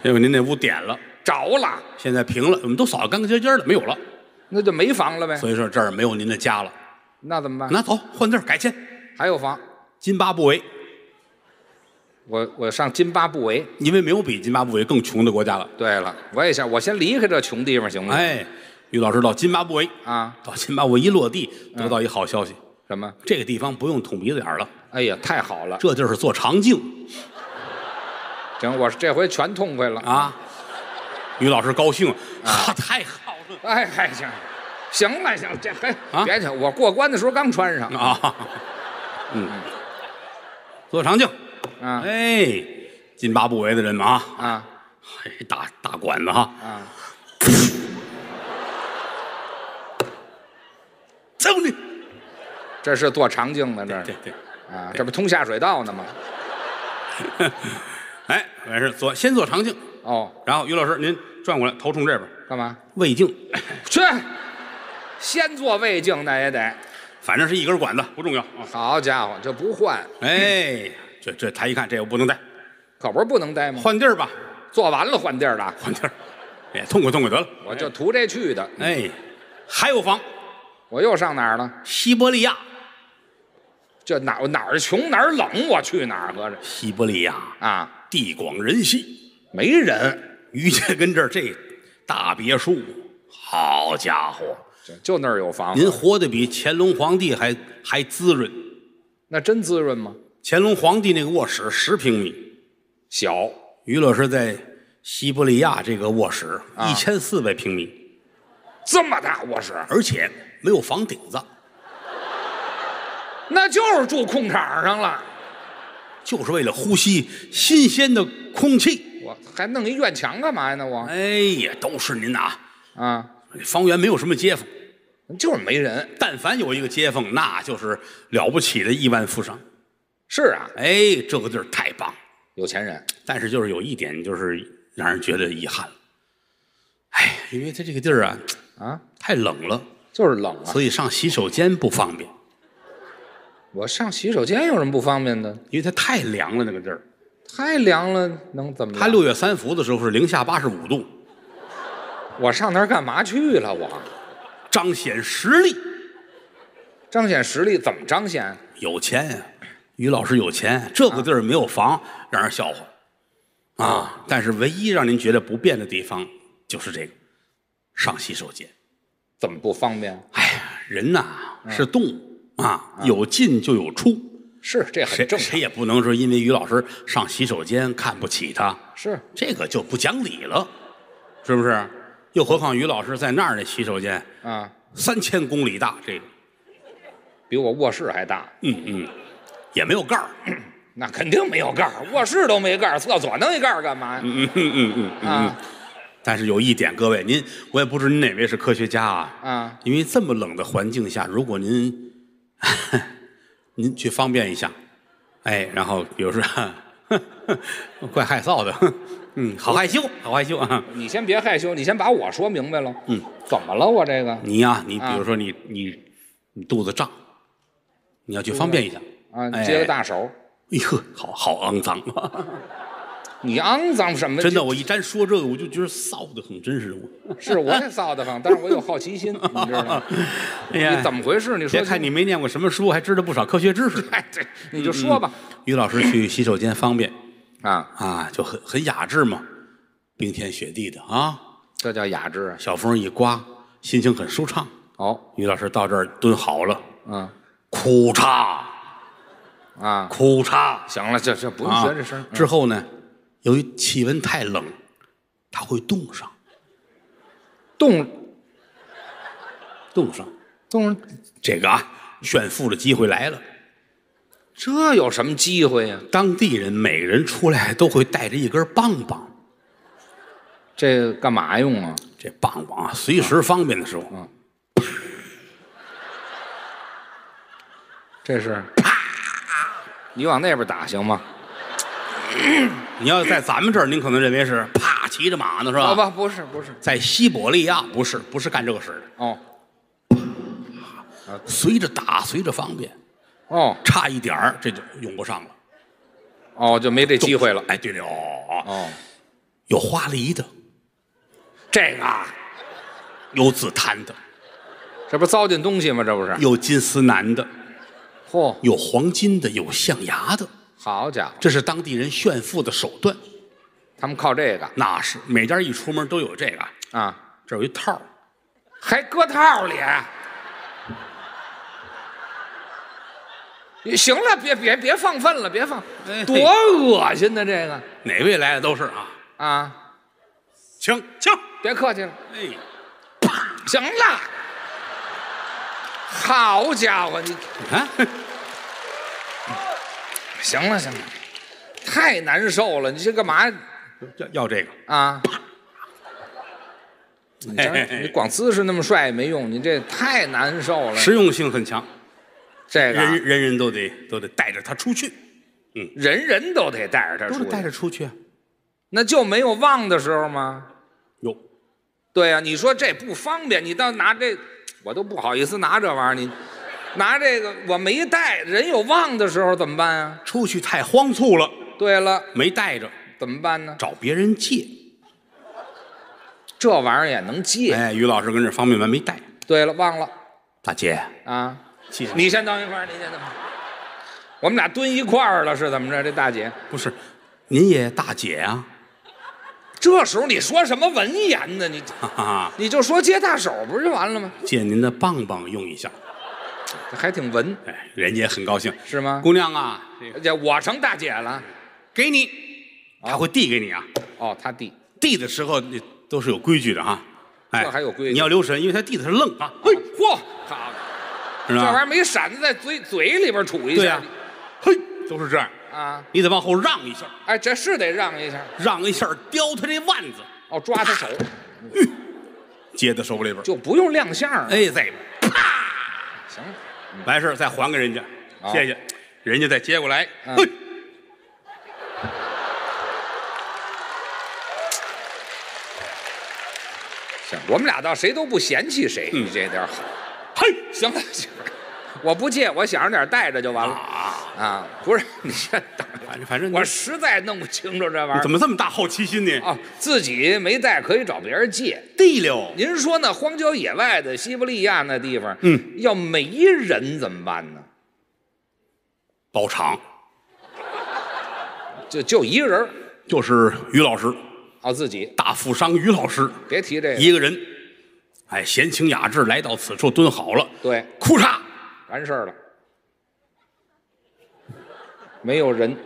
Speaker 3: 那
Speaker 2: 因为您那屋点了，
Speaker 3: 着了，
Speaker 2: 现在平了，我们都扫得干干净净的，没有了，
Speaker 3: 那就没房了呗。
Speaker 2: 所以说这儿没有您的家了。
Speaker 3: 那怎么办？
Speaker 2: 那走，换地儿改签，
Speaker 3: 还有房，
Speaker 2: 津巴布韦，
Speaker 3: 我我上津巴布韦。
Speaker 2: 因为没有比津巴布韦更穷的国家了。
Speaker 3: 对了，我也想，我先离开这穷地方行吗？
Speaker 2: 哎，于老师到津巴布韦，
Speaker 3: 啊，
Speaker 2: 到津巴布韦一落地，得到一好消息，
Speaker 3: 什么？
Speaker 2: 这个地方不用捅鼻子眼儿了，
Speaker 3: 哎呀，太好了！
Speaker 2: 这地儿是做肠镜
Speaker 3: 行，我这回全痛快了。
Speaker 2: 啊。于老师高兴，啊， [laughs] 太好了。
Speaker 3: 哎，嗨，行，行了，行，这还、
Speaker 2: 啊
Speaker 3: 别去，我过关的时候刚穿上
Speaker 2: [laughs] 啊，嗯，做肠镜，
Speaker 3: 啊
Speaker 2: 哎，津巴布韦的人嘛啊，
Speaker 3: 啊
Speaker 2: 哎大大管子哈，
Speaker 3: 啊！
Speaker 2: [laughs] 揍你！
Speaker 3: 这是做肠镜的，这
Speaker 2: 对
Speaker 3: 是
Speaker 2: 对，
Speaker 3: 啊，这不通下水道呢吗？
Speaker 2: 哎，完事做先做肠镜，
Speaker 3: 哦，
Speaker 2: 然后于老师您转过来，头冲这边，
Speaker 3: 干嘛？
Speaker 2: 胃镜，
Speaker 3: 去，先做胃镜那也得。
Speaker 2: 反正是一根管子，不重要
Speaker 3: [laughs]
Speaker 2: 啊。
Speaker 3: 好家伙，这不换，
Speaker 2: 哎，这这他一看，这我不能带，
Speaker 3: 可不是不能待吗？
Speaker 2: 换地儿吧，
Speaker 3: 做完了换地儿了，
Speaker 2: 换地儿，哎，痛快痛快得了。
Speaker 3: 我就图这去的。
Speaker 2: 哎，还有房，
Speaker 3: 我又上哪儿了？
Speaker 2: 西伯利亚，
Speaker 3: 这哪我哪儿穷哪儿冷，我去哪儿合着
Speaker 2: 西伯利亚
Speaker 3: 啊？
Speaker 2: 地广人稀，
Speaker 3: 没人，
Speaker 2: 于家跟这儿这大别墅，好家伙，
Speaker 3: 就就那儿有房，
Speaker 2: 您活得比乾隆皇帝还还滋润。
Speaker 3: 那真滋润吗？
Speaker 2: 乾隆皇帝那个卧室十平米，
Speaker 3: 小，
Speaker 2: 于老师在西伯利亚这个卧室
Speaker 3: 啊
Speaker 2: 一千四百平米，
Speaker 3: 这么大卧室，
Speaker 2: 而且没有房顶子，
Speaker 3: 那就是住空场上了。
Speaker 2: 就是为了呼吸新鲜的空气。
Speaker 3: 我还弄一院墙干嘛呀？那我
Speaker 2: 哎呀，都是您呐！
Speaker 3: 啊，
Speaker 2: 方圆没有什么街坊，
Speaker 3: 就是没人。
Speaker 2: 但凡有一个街坊，那就是了不起的亿万富商。
Speaker 3: 是啊，
Speaker 2: 哎，这个地儿太棒了。
Speaker 3: 有钱人
Speaker 2: 但是就是有一点，就是让人觉得遗憾了。哎，因为它这个地儿啊
Speaker 3: 啊，
Speaker 2: 太冷了，
Speaker 3: 就是冷啊。
Speaker 2: 所以上洗手间不方便，
Speaker 3: 我上洗手间有什么不方便的？
Speaker 2: 因为它太凉了那个地儿。
Speaker 3: 太凉了，能怎么样？
Speaker 2: 它六月三伏的时候是零下八十五度，
Speaker 3: 我上那儿干嘛去了？我
Speaker 2: 彰显实力。
Speaker 3: 彰显实力怎么彰显？
Speaker 2: 有钱呀、于老师有钱，这个地儿没有房，让人笑话啊。但是唯一让您觉得不便的地方就是这个，上洗手间。
Speaker 3: 怎么不方便？
Speaker 2: 哎呀，人呐、是动物啊，有进就有出。
Speaker 3: 是
Speaker 2: 谁
Speaker 3: 这很正常
Speaker 2: 谁，也不能说因为于老师上洗手间看不起他，
Speaker 3: 是
Speaker 2: 这个就不讲理了，是不是？又何况于老师在那儿的洗手间
Speaker 3: 啊，
Speaker 2: 三千公里大，这个
Speaker 3: 比我卧室还大，
Speaker 2: 嗯嗯，也没有盖儿，
Speaker 3: 那肯定没有盖儿，卧室都没盖儿，厕所弄一盖儿干嘛呀？
Speaker 2: 嗯嗯嗯嗯嗯。
Speaker 3: 啊
Speaker 2: 但是有一点，各位，您我也不知您哪位是科学家啊，
Speaker 3: 啊，
Speaker 2: 因为这么冷的环境下，如果您 [laughs] 您去方便一下，哎，然后比如说 [laughs] 怪害臊的，嗯，好害羞，好害羞啊。
Speaker 3: 你先别害羞，你先把我说明白了。嗯，怎么了？我这个
Speaker 2: 你呀、你比
Speaker 3: 啊
Speaker 2: 如说你、你你肚子胀，你要去方便一下。
Speaker 3: 啊，
Speaker 2: 哎
Speaker 3: 接个大手，
Speaker 2: 哎呦，好好肮脏啊！
Speaker 3: 你肮脏什么？
Speaker 2: 真的，我一沾说这个，我就觉得臊得很，真是我。
Speaker 3: 是我也臊得慌，但是我有好
Speaker 2: [laughs]
Speaker 3: 奇心，你知道 [laughs] 吗？
Speaker 2: 哎呀，
Speaker 3: 你怎么回事？你说
Speaker 2: 别看你没念过什么书，还知道不少科学知识。
Speaker 3: [laughs] 哎，对，你就说吧。
Speaker 2: 于老师去洗手间方便
Speaker 3: 啊，
Speaker 2: 啊，就很很雅致嘛，冰天雪地的啊，
Speaker 3: 这叫雅致。
Speaker 2: 小风一刮，心情很舒畅。
Speaker 3: 哦，
Speaker 2: 于老师到这儿蹲好了，
Speaker 3: 嗯
Speaker 2: 哭嚓
Speaker 3: 啊，
Speaker 2: 哭嚓
Speaker 3: 行了，这这不用
Speaker 2: 啊
Speaker 3: 学这声儿。嗯
Speaker 2: 之后呢，由于气温太冷，它会冻上，
Speaker 3: 动
Speaker 2: 冻上。
Speaker 3: 动，
Speaker 2: 这个啊，炫富的机会来了。
Speaker 3: 这有什么机会呀？
Speaker 2: 当地人每个人出来都会带着一根棒棒，
Speaker 3: 这干嘛用啊？
Speaker 2: 这棒棒啊，随时方便的时候，
Speaker 3: 嗯这是，你往那边打行吗？
Speaker 2: 你要在咱们这儿，您可能认为是啪骑着马呢，是吧？
Speaker 3: 哦不，不是不是，
Speaker 2: 在西伯利亚不是，不是干这个事儿的，
Speaker 3: 哦
Speaker 2: 随着打，随着方便，
Speaker 3: 哦
Speaker 2: 差一点儿这就用不上了，
Speaker 3: 哦，就没这机会了。
Speaker 2: 哎，对了，哦
Speaker 3: 哦，
Speaker 2: 有花梨的，
Speaker 3: 这个啊
Speaker 2: 有紫檀的，
Speaker 3: 这不糟践东西吗？这不是？
Speaker 2: 有金丝楠的，
Speaker 3: 嚯，
Speaker 2: 有黄金的，有象牙的，
Speaker 3: 好家伙，
Speaker 2: 这是当地人炫富的手段。
Speaker 3: 他们靠这个
Speaker 2: 那是每家一出门都有这个，
Speaker 3: 啊，
Speaker 2: 这有一套儿，
Speaker 3: 还搁套里。行了，别别别放粪了，别放
Speaker 2: 哎，
Speaker 3: 多恶心呢！这个
Speaker 2: 哪位来的都是啊，
Speaker 3: 啊，
Speaker 2: 请请，
Speaker 3: 别客气了，
Speaker 2: 哎，
Speaker 3: 行了。好家伙，你
Speaker 2: 你看，
Speaker 3: 行了行了，太难受了，你这干嘛
Speaker 2: 要要这个，
Speaker 3: 啊？
Speaker 2: 你
Speaker 3: 当然你光姿势那么帅也没用，你这太难受了。
Speaker 2: 实用性很强，
Speaker 3: 这个啊
Speaker 2: 人人人都得都得带着他出去，
Speaker 3: 人人都得带着他出去，
Speaker 2: 出去啊。
Speaker 3: 那就没有忘的时候吗？
Speaker 2: 有，
Speaker 3: 对呀、你说这不方便，你倒拿这，我都不好意思拿这玩意儿，你拿这个我没带，人有忘的时候怎么办啊？
Speaker 2: 出去太荒促了，
Speaker 3: 对了，
Speaker 2: 没带着，
Speaker 3: 怎么办呢？
Speaker 2: 找别人借。
Speaker 3: 这玩意儿也能借。
Speaker 2: 哎，于老师跟这方便面没带，
Speaker 3: 对了，忘了
Speaker 2: 大姐，
Speaker 3: 啊，
Speaker 2: 记
Speaker 3: 你先等一会儿，你先等一会儿。我们俩蹲一块儿了，是怎么着？这大姐，
Speaker 2: 不是，您也大姐啊，
Speaker 3: 这时候你说什么文言呢？你
Speaker 2: 哈哈，
Speaker 3: 你就说接大手不是就完了吗？
Speaker 2: 借您的棒棒用一下。
Speaker 3: 这还挺文
Speaker 2: 哎，人家也很高兴，
Speaker 3: 是吗？
Speaker 2: 姑娘啊，这个
Speaker 3: 而且我成大姐了。
Speaker 2: 给你，他会递给你啊。
Speaker 3: 哦，他弟
Speaker 2: 递的时候那都是有规矩的哈。哎，
Speaker 3: 这还有规矩
Speaker 2: 你要留神，因为他递的是愣啊，
Speaker 3: 嘿，嚯，好，
Speaker 2: 是
Speaker 3: 这玩意
Speaker 2: 吧？
Speaker 3: 儿没闪子在嘴嘴里边杵一
Speaker 2: 啊对
Speaker 3: 下
Speaker 2: 呀，嘿，都是这样，
Speaker 3: 啊，
Speaker 2: 你得往后让一下，
Speaker 3: 哎，这是得让一下，
Speaker 2: 让一下叼他这腕子，
Speaker 3: 哦，抓他手
Speaker 2: 接在手里边，
Speaker 3: 就不用亮相了，
Speaker 2: 哎，再
Speaker 3: 行，
Speaker 2: 完事儿再还给人家，
Speaker 3: 好
Speaker 2: 谢谢，人家再接过来，
Speaker 3: 啊嗯
Speaker 2: 嘿，
Speaker 3: 行，我们俩倒谁都不嫌弃谁，
Speaker 2: 嗯
Speaker 3: 你这点好，
Speaker 2: 嘿，
Speaker 3: 行 [laughs] 了，行了，我不借，我想着点带着就完了
Speaker 2: 啊，
Speaker 3: 啊，不是，你先等，
Speaker 2: 反正反正
Speaker 3: 我实在弄不清楚这玩
Speaker 2: 你
Speaker 3: 意
Speaker 2: 怎
Speaker 3: 儿。
Speaker 2: 么这么大好奇心呢？
Speaker 3: 啊，自己没带可以找别人借。
Speaker 2: 地溜，
Speaker 3: 您说那荒郊野外的西伯利亚那地方，嗯，要没人怎么办呢？
Speaker 2: 包场，
Speaker 3: 就就一个人儿，
Speaker 2: 就是于老师，
Speaker 3: 哦，自己
Speaker 2: 大富商于老师，
Speaker 3: 别提这个，
Speaker 2: 一个人，哎，闲情雅致来到此处蹲好了，
Speaker 3: 对，
Speaker 2: 哭嚓，
Speaker 3: 完事儿了，没有人，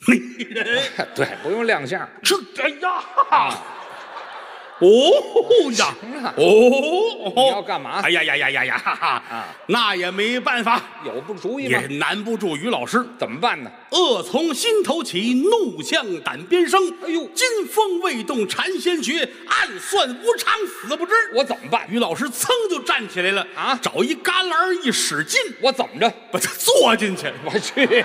Speaker 3: [laughs]
Speaker 2: 没人，
Speaker 3: 对，不用亮相，
Speaker 2: 这哎呀，哦呀
Speaker 3: 啊行了，
Speaker 2: 哦，
Speaker 3: 你要干嘛啊
Speaker 2: 哎呀呀呀呀呀，哈哈，那也没办法，
Speaker 3: 有不主意吗
Speaker 2: 也？难不住于老师。
Speaker 3: 怎么办呢？
Speaker 2: 恶从心头起，怒向胆边生。
Speaker 3: 哎呦
Speaker 2: 金风未动禅先觉，暗算无常死不知。
Speaker 3: 我怎么办？
Speaker 2: 于老师噌就站起来了
Speaker 3: 啊
Speaker 2: 找一旮旯儿一使劲，
Speaker 3: 我怎么着？
Speaker 2: 把他坐进去。
Speaker 3: 我去！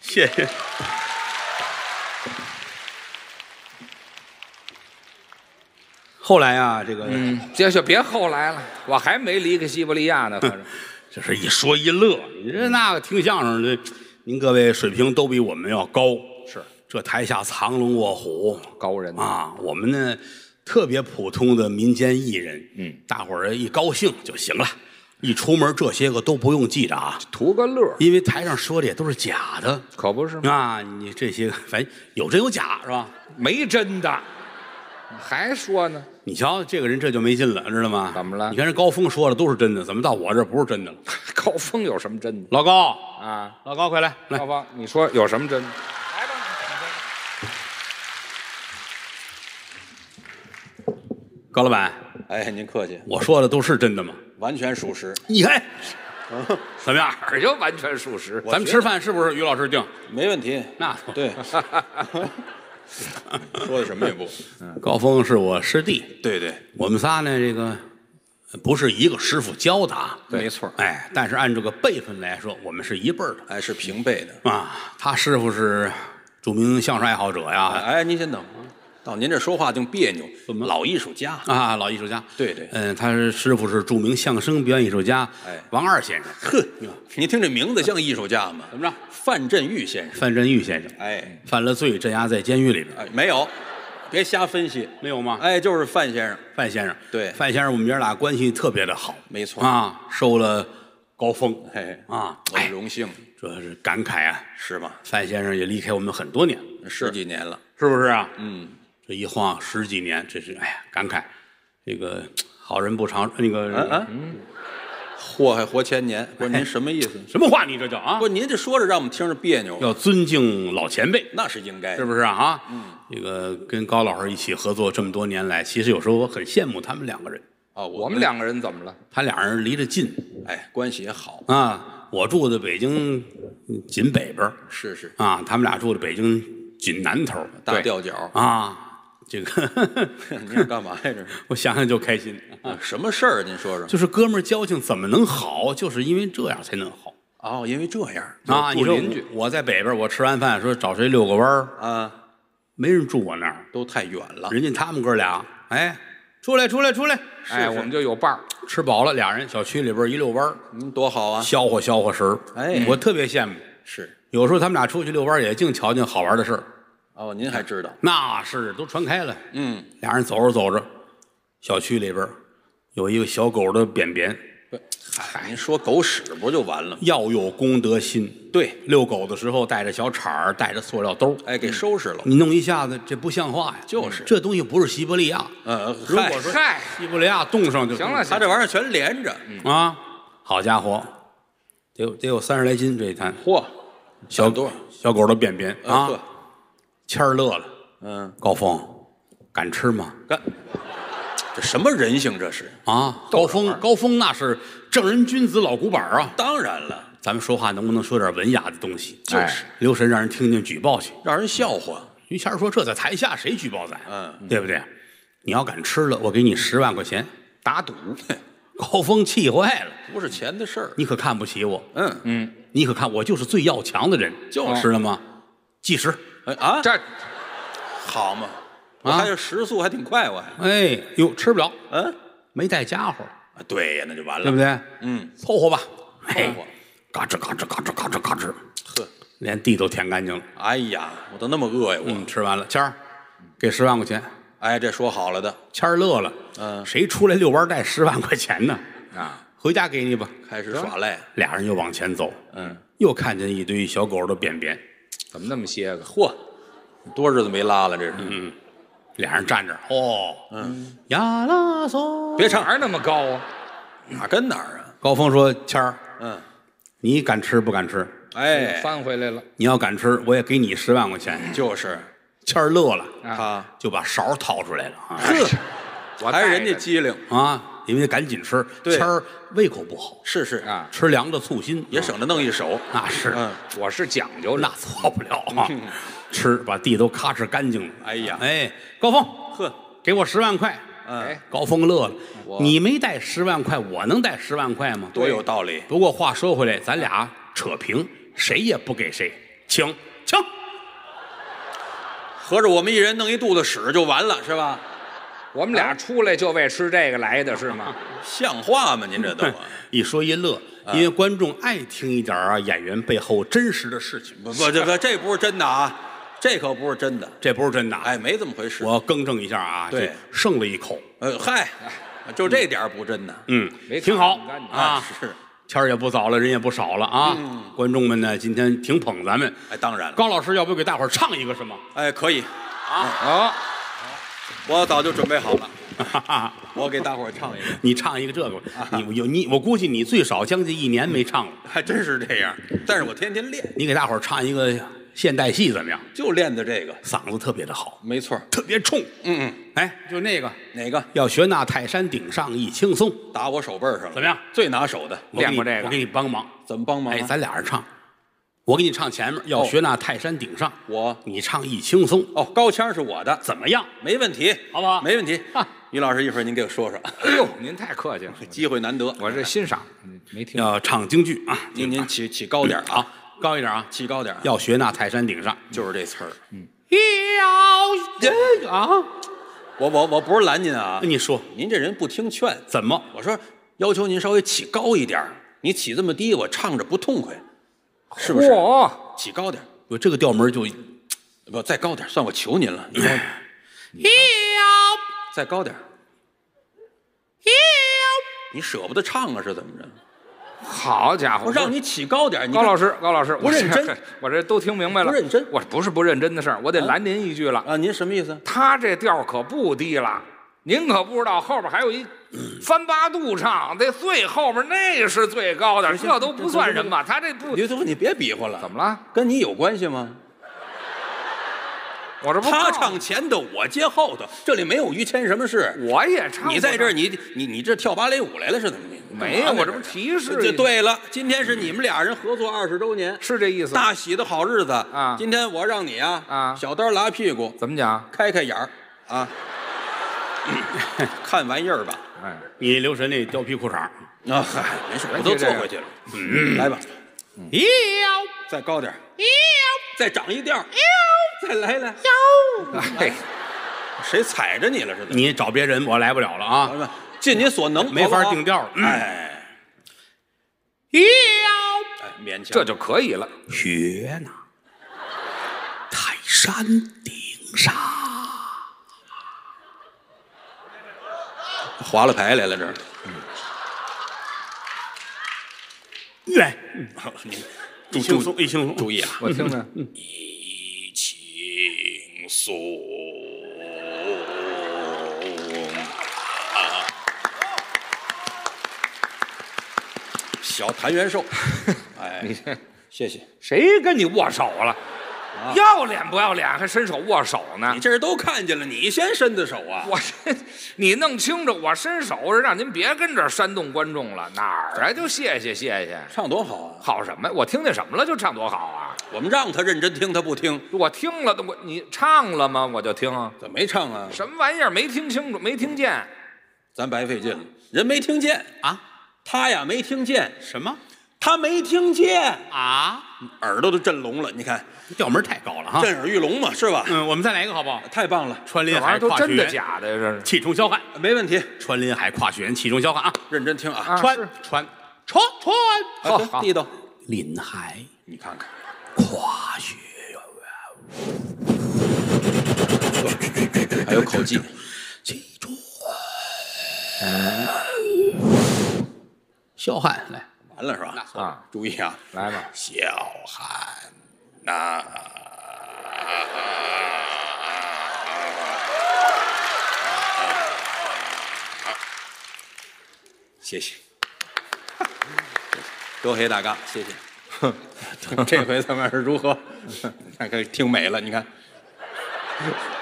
Speaker 2: 谢谢。后来啊，这个、
Speaker 3: 嗯，这就别后来了，我还没离开西伯利亚呢，反
Speaker 4: [laughs]
Speaker 3: 正
Speaker 2: 这是一说一乐，你这那个听相声的，您各位水平都比我们要高，
Speaker 3: 是
Speaker 2: 这台下藏龙卧虎
Speaker 3: 高人呐，
Speaker 2: 啊，我们呢特别普通的民间艺人，
Speaker 3: 嗯，
Speaker 2: 大伙儿一高兴就行了，一出门这些个都不用记着啊，
Speaker 3: 图个乐儿，
Speaker 2: 因为台上说的也都是假的。
Speaker 3: 可不是吗？
Speaker 2: 啊，你这些个反正有真有假是吧？
Speaker 3: 没真的，还说呢？
Speaker 2: 你瞧这个人这就没劲了，知道吗？
Speaker 3: 怎么了
Speaker 2: 你看人高峰说的都是真的，怎么到我这儿不是真的了？
Speaker 3: 高峰有什么真的
Speaker 2: 老高，
Speaker 4: [laughs]
Speaker 3: 啊？
Speaker 2: 老高，快来来
Speaker 3: 高，峰，你说有什么真的？来吧，
Speaker 2: 高老板，
Speaker 4: 哎，您客气，
Speaker 2: 我说的都是真的吗？
Speaker 4: 完全属实，
Speaker 2: 你
Speaker 4: [laughs]
Speaker 2: 看，怎么样？
Speaker 3: 哪儿就完全属实？
Speaker 2: 咱们吃饭是不是于老师定？
Speaker 4: 没问题。
Speaker 2: 那
Speaker 4: 对，说的什么
Speaker 2: [laughs]
Speaker 4: 也不，嗯
Speaker 2: 高峰是我师弟，
Speaker 4: 对对，
Speaker 2: 我们仨呢，这个不是一个师傅教的啊，
Speaker 3: 没错儿，
Speaker 2: 哎，但是按这个辈分来说，我们是一辈儿的
Speaker 4: 哎，是平辈的。
Speaker 2: 啊。他师傅是著名相声爱好者呀，
Speaker 4: 哎，您先等，到您这说话净别扭，老艺术家，
Speaker 2: 啊，老艺术家。
Speaker 4: 对对
Speaker 2: 嗯，他是师傅是著名相声表演艺术家，
Speaker 4: 哎
Speaker 2: 王二先生。嗯呵，你看
Speaker 4: 你听这名字像艺术家吗？
Speaker 2: 怎么着？
Speaker 4: 范振钰先生，
Speaker 2: 范振钰先生
Speaker 4: 哎
Speaker 2: 犯了罪，镇压在监狱里边，
Speaker 4: 哎，没有，别瞎分析，
Speaker 2: 没有吗？
Speaker 4: 哎，就是范先生，
Speaker 2: 范先生，
Speaker 4: 对
Speaker 2: 范先生，我们爷俩关系特别的好，
Speaker 4: 没错
Speaker 2: 啊，受了高峰，
Speaker 4: 嘿
Speaker 2: 啊，
Speaker 4: 我
Speaker 2: 哎，
Speaker 4: 荣幸
Speaker 2: 这是感慨啊。
Speaker 4: 是吗？
Speaker 2: 范先生也离开我们很多年，
Speaker 4: 十几年了，
Speaker 2: 是不是啊？
Speaker 4: 嗯，
Speaker 2: 这一晃十几年，这是哎呀，感慨，这个好人不长，那个、
Speaker 4: 嗯啊，祸害活千年，不是您什么意思？
Speaker 2: 什么话你这叫啊
Speaker 4: 不，？您这说着让我们听着别扭，
Speaker 2: 要尊敬老前辈，
Speaker 4: 那是应该
Speaker 2: 是
Speaker 4: 的，
Speaker 2: 不是啊？啊，这个跟高老师一起合作这么多年来，其实有时候我很羡慕他们两个人，
Speaker 4: 啊，
Speaker 3: 我们两个人怎么了？
Speaker 2: 他俩人离得近
Speaker 4: 哎关系也好，
Speaker 2: 啊，我住的北京嗯紧北边儿
Speaker 4: 是是，
Speaker 2: 啊，他们俩住的北京紧南头儿
Speaker 4: 大
Speaker 3: 对
Speaker 4: 吊 [laughs] 脚，
Speaker 2: 啊，这
Speaker 4: [laughs]
Speaker 2: 个
Speaker 4: 您这干嘛呀？这是
Speaker 2: [laughs] 我想想就开心。
Speaker 4: 啊什么事儿？您说说。
Speaker 2: 就是哥们儿交情怎么能好？就是因为这样才能好
Speaker 4: 哦，因为这样
Speaker 2: 啊！
Speaker 4: 就
Speaker 2: 你
Speaker 4: 住
Speaker 2: 说
Speaker 4: 邻居
Speaker 2: 我我在北边，我吃完饭说找谁遛个弯儿，
Speaker 4: 啊，
Speaker 2: 没人住我那儿，
Speaker 4: 都太远了。
Speaker 2: 人家他们哥俩哎，出来出来出来，
Speaker 3: 哎，我们就有伴儿，
Speaker 2: 吃饱了，俩人小区里边一遛弯儿，
Speaker 4: 您多好啊！
Speaker 2: 消化消化食。
Speaker 4: 哎
Speaker 2: 我特别羡慕，
Speaker 4: 是
Speaker 2: 有时候他们俩出去遛弯儿也净瞧见好玩的事儿，
Speaker 4: 哦，您还知道？
Speaker 2: 那是都传开了。
Speaker 4: 嗯，
Speaker 2: 俩人走着走着，小区里边有一个小狗的便便，
Speaker 4: 不，您说狗屎不就完了吗？
Speaker 2: 要有公德心。
Speaker 4: 对，
Speaker 2: 遛狗的时候带着小铲儿，带着塑料兜，
Speaker 4: 哎，给收拾了。
Speaker 2: 你弄一下子，这不像话呀！
Speaker 4: 就是
Speaker 2: 这东西不是西伯利亚，
Speaker 4: 呃，
Speaker 2: 如
Speaker 4: 嗨
Speaker 2: 果说
Speaker 3: 嗨
Speaker 2: 西伯利亚冻上就
Speaker 3: 行了，
Speaker 4: 他这玩意儿全连着，
Speaker 2: 啊，好家伙，得有得有三十来斤这一摊
Speaker 4: 嚯，
Speaker 2: 小
Speaker 4: 多
Speaker 2: 小狗的便便
Speaker 4: 呃
Speaker 2: 啊，
Speaker 4: 呵
Speaker 2: 谦儿乐了，
Speaker 4: 嗯，
Speaker 2: 高峰，敢吃吗？
Speaker 4: 干，这什么人性这是？
Speaker 2: 啊，高峰高峰那是正人君子老古板啊，
Speaker 4: 当然了，
Speaker 2: 咱们说话能不能说点文雅的东西？
Speaker 4: 就是
Speaker 2: 哎留神让人听见举报去。
Speaker 4: 让人笑话。
Speaker 2: 于谦儿说：“这在台下谁举报咱？
Speaker 4: 嗯，
Speaker 2: 对不对？你要敢吃了，我给你十万块钱。”
Speaker 4: 打赌
Speaker 2: [laughs] 高峰气坏了，
Speaker 4: 不是钱的事儿。
Speaker 2: 你可看不起我，
Speaker 4: 嗯嗯，
Speaker 2: 你可看我就是最要强的人，
Speaker 4: 就是
Speaker 2: 知道吗？计时，
Speaker 4: 哎啊，
Speaker 3: 这
Speaker 4: 好嘛，我
Speaker 2: 啊
Speaker 4: 还有时速还挺快，我还
Speaker 2: 哎呦，吃不了，
Speaker 4: 嗯，
Speaker 2: 没带家伙，
Speaker 4: 啊对呀，那就完
Speaker 2: 对
Speaker 4: 了
Speaker 2: 不。对？
Speaker 4: 嗯，
Speaker 2: 凑合吧，
Speaker 4: 哎
Speaker 2: 哎，嘎吱嘎吱嘎吱嘎吱嘎吱，
Speaker 4: 呵，
Speaker 2: 连地都舔干净了。
Speaker 4: 哎呀，我都那么饿呀，我
Speaker 2: 嗯，吃完了，谦儿给十万块钱，
Speaker 4: 哎，这说好了的，
Speaker 2: 谦儿乐了，
Speaker 4: 嗯
Speaker 2: 谁出来遛弯带十万块钱呢？
Speaker 3: 啊，
Speaker 2: 回家给你吧。
Speaker 4: 开始耍赖。
Speaker 2: 俩人又往前走，
Speaker 4: 嗯，
Speaker 2: 又看见一堆小狗的便便，
Speaker 3: 怎么那么些个？
Speaker 4: 嚯，嗯多日子没拉了，这是。
Speaker 2: 俩人站着，哦，嗯，呀啦嗦，
Speaker 4: 别唱
Speaker 3: 哪儿那么高啊？
Speaker 4: 哪儿跟哪儿啊？
Speaker 2: 高峰说：“谦儿，
Speaker 4: 嗯，
Speaker 2: 你敢吃不敢吃？
Speaker 4: 哎，
Speaker 3: 嗯翻回来了
Speaker 2: 你要敢吃，我也给你十万块钱。
Speaker 4: 就是”
Speaker 2: 谦儿乐了，
Speaker 3: 啊！
Speaker 4: 他，哎
Speaker 2: 就把勺掏出来了啊
Speaker 3: 我
Speaker 4: 还是
Speaker 3: 带
Speaker 4: 人家
Speaker 3: 着
Speaker 4: 机灵，
Speaker 2: 啊！因为得赶紧吃，
Speaker 4: 对
Speaker 2: 谦儿胃口不好，
Speaker 4: 是是
Speaker 3: 呢，啊，
Speaker 2: 吃凉的醋心
Speaker 4: 也省得弄一手。
Speaker 2: 啊那是，
Speaker 4: 嗯，
Speaker 3: 我是讲
Speaker 2: [laughs]
Speaker 3: 究
Speaker 2: 那
Speaker 3: 的，
Speaker 2: 错不了啊！ [laughs] 吃把地都咔哧干净了。
Speaker 4: 哎呀
Speaker 2: 哎，高峰，
Speaker 4: 呵，
Speaker 2: 给我十万块。
Speaker 4: 嗯，
Speaker 3: 哎，
Speaker 2: 高峰乐了
Speaker 4: 我，
Speaker 2: 你没带十万块，我能带十万块吗？
Speaker 4: 多有道理。
Speaker 2: 不过话说回来，咱俩扯平，谁也不给谁，请请。
Speaker 4: 合着我们一人弄一肚子屎就完了，是吧？
Speaker 3: 我们俩出来就为吃这个来的是
Speaker 4: [laughs]
Speaker 3: 吗？
Speaker 4: 像话吗？您这都 [laughs] 啊
Speaker 2: 一说一乐，
Speaker 4: 嗯
Speaker 2: 因为观众爱听一点啊演员背后真实的事情，
Speaker 4: 不不，这个这不是真的啊，这可不是真的，
Speaker 2: 这不是真的。啊
Speaker 4: 哎，，没这么回事。
Speaker 2: 我要更正一下啊，
Speaker 4: 对
Speaker 2: 这剩了一口，
Speaker 4: 呃，嗨，就这点儿不真的
Speaker 2: 嗯
Speaker 3: 没，看
Speaker 2: 挺好
Speaker 3: 干净嗯
Speaker 2: 啊。
Speaker 4: 是，
Speaker 2: 天儿也不早了，人也不少了啊。观众们呢，今天挺捧咱们。
Speaker 4: 哎，当然了，
Speaker 2: 高老师，要不给大伙儿唱一个什么？ [laughs]
Speaker 4: 哎，可以，嗯
Speaker 3: 哦，
Speaker 4: 我早就准备好了，
Speaker 2: 哈哈，
Speaker 4: 我给大伙儿唱一个，
Speaker 2: 你唱一个这个吧，
Speaker 3: 啊
Speaker 2: 你我有你，我估计你最少将近一年没唱了。
Speaker 4: [laughs] 还真是这样，但是我天天练，
Speaker 2: 你给大伙儿唱一个现代戏怎么样？
Speaker 4: 就练的这个，
Speaker 2: 嗓子特别的好，
Speaker 4: 没错儿，
Speaker 2: 特别冲。
Speaker 4: 嗯嗯，
Speaker 2: 哎，就那个
Speaker 4: 哪个
Speaker 2: 要学那泰山顶上一轻松，
Speaker 4: 打我手背儿上了？
Speaker 2: 怎么样
Speaker 4: 最拿手的，
Speaker 2: 我给你
Speaker 3: 练过这个
Speaker 2: 我给你帮忙。
Speaker 4: 怎么帮忙啊？
Speaker 2: 哎，咱俩人唱，我给你唱前面，要学那泰山顶上，
Speaker 4: 哦我
Speaker 2: 你唱一轻松，
Speaker 4: 哦，高腔是我的，
Speaker 2: 怎么样？
Speaker 4: 没问题，
Speaker 2: 好不好
Speaker 4: 没问题
Speaker 2: 哈。
Speaker 4: 于老师，一会儿您给我 [laughs] 说说，
Speaker 3: 哎呦，您太客气了，
Speaker 4: 机会难得，哎
Speaker 3: 我这欣赏，嗯没听
Speaker 2: 要唱京剧啊，
Speaker 4: 您您起起高点儿啊，
Speaker 2: 啊，高一点啊，
Speaker 4: 起高点儿啊，
Speaker 2: 要学那泰山顶上。
Speaker 4: 就是这词儿。
Speaker 2: 要啊，
Speaker 4: 我我我不是拦您啊，
Speaker 2: 哎你说
Speaker 4: 您这人不听劝，
Speaker 2: 怎么？
Speaker 4: 我说要求您稍微起高一点儿，你起这么低，我唱着不痛快，是不是？
Speaker 3: 嚯
Speaker 4: 起高点儿，
Speaker 2: 我这个调门就
Speaker 4: 不再高点儿，算我求您了，
Speaker 3: [clears throat]
Speaker 4: 你看再高点儿，你舍不得唱啊，是怎么着？
Speaker 3: 好家伙，
Speaker 4: 我让你起高点儿，你
Speaker 3: 高老
Speaker 4: 师
Speaker 3: 师，高老师，
Speaker 4: 不认真
Speaker 3: 我这， [laughs] 我这都听明白了，
Speaker 4: 不认真
Speaker 3: 我不是不认真的事儿，我得拦您一句了，
Speaker 4: 啊，您什么意思？
Speaker 3: 他这调可不低了。您可不知道，后边还有
Speaker 4: [clears throat]
Speaker 3: 一翻八度唱，这最后边那是最高的，这都不算什么。他这不
Speaker 4: 刘师傅，你别比划了，
Speaker 3: 怎么了？
Speaker 4: 跟你有关系吗？
Speaker 3: 我这不
Speaker 4: 他
Speaker 3: 告
Speaker 4: 唱前头，我接后头，这里没有于谦什么事。
Speaker 3: 我也唱不上，
Speaker 4: 你在这儿，你你你这跳芭蕾舞来了是怎么的？
Speaker 3: 没有？我这不提示
Speaker 4: 这
Speaker 3: 你
Speaker 4: 对了，今天是你们俩人合作二十周年，
Speaker 3: 是这意思？
Speaker 4: 大喜的好日子
Speaker 3: 啊
Speaker 4: 今天我让你啊
Speaker 3: 啊
Speaker 4: 小刀拉屁股，
Speaker 3: 怎么讲？
Speaker 4: 开开眼儿 [laughs] 啊，看玩意儿吧。
Speaker 3: 哎， [laughs]
Speaker 2: 你留神那貂皮裤衩。
Speaker 4: 啊，嗨，没事，我都坐回去了。嗯，来吧，
Speaker 2: 咦，
Speaker 4: 再高点儿，再涨一调儿，再来来，
Speaker 3: 嘿，
Speaker 4: 谁踩着你了是怎么着？
Speaker 2: 你找别人，我来不了了
Speaker 4: 朋
Speaker 2: 啊。
Speaker 4: 友们尽你所能，
Speaker 2: 没法
Speaker 4: 好不好
Speaker 2: 定调了嗯
Speaker 4: 哎，
Speaker 2: 要
Speaker 4: 哎勉强
Speaker 3: 这就可以了。
Speaker 2: 学呢，泰山顶上。
Speaker 4: 划了牌来了，这儿 [laughs]
Speaker 2: 来，
Speaker 4: 注
Speaker 2: 轻
Speaker 4: 注
Speaker 2: 松，一轻松，
Speaker 4: 注意啊，
Speaker 3: 我听听，
Speaker 4: 一轻松。小谭元 [laughs] 寿，哎，
Speaker 3: 你这
Speaker 4: 谢谢，
Speaker 3: 谁跟你握手了？要脸不要脸，还伸手握手呢
Speaker 4: 啊你？这人都看见了，你先伸的手啊！
Speaker 3: 我这，你弄清楚，我伸手是让您别跟这儿煽动观众了，哪儿啊？就谢谢谢谢，
Speaker 4: 唱多好啊！
Speaker 3: 好什么呀？我听见什么了？就唱多好啊！
Speaker 4: 我们让他认真听，他不听，
Speaker 3: 我听了，我你唱了吗？我就听啊，
Speaker 4: 怎么没唱啊？
Speaker 3: 什么玩意儿？没听清楚，没听见。
Speaker 4: 咱白费劲了，人没听见，
Speaker 2: 啊？
Speaker 4: 他呀没听见，
Speaker 2: 什么
Speaker 4: 他没听见，
Speaker 2: 啊？
Speaker 4: 耳朵都震聋了。你看，
Speaker 2: 调门太高了哈。
Speaker 4: 震耳欲聋嘛，是吧？
Speaker 2: 嗯，我们再来一个好不好？
Speaker 4: 太棒了，
Speaker 2: 穿
Speaker 3: 这
Speaker 2: 林
Speaker 3: 玩
Speaker 2: 海
Speaker 3: 意儿都
Speaker 2: 跨雪
Speaker 3: 真的
Speaker 2: 原，
Speaker 3: 假的呀？这是
Speaker 2: 气冲霄汉。
Speaker 4: 没问题，
Speaker 2: 穿林海跨雪原，气冲霄汉啊！
Speaker 4: 认真听啊。
Speaker 3: 啊
Speaker 2: 穿
Speaker 3: 是
Speaker 2: 穿穿穿，
Speaker 4: 好，
Speaker 3: 好
Speaker 4: 地道，
Speaker 2: 林海
Speaker 4: 你看看，
Speaker 2: 跨雪
Speaker 4: 还有口技，
Speaker 2: 气冲。霄汉来，
Speaker 4: [laughs] 完了是吧？
Speaker 3: 啊，
Speaker 4: 注意啊，
Speaker 3: 来吧，
Speaker 4: 小汉呐，谢谢， [laughs] 多谢大家，谢谢。 [laughs] 这回咱们是如何？看看听美了，你看，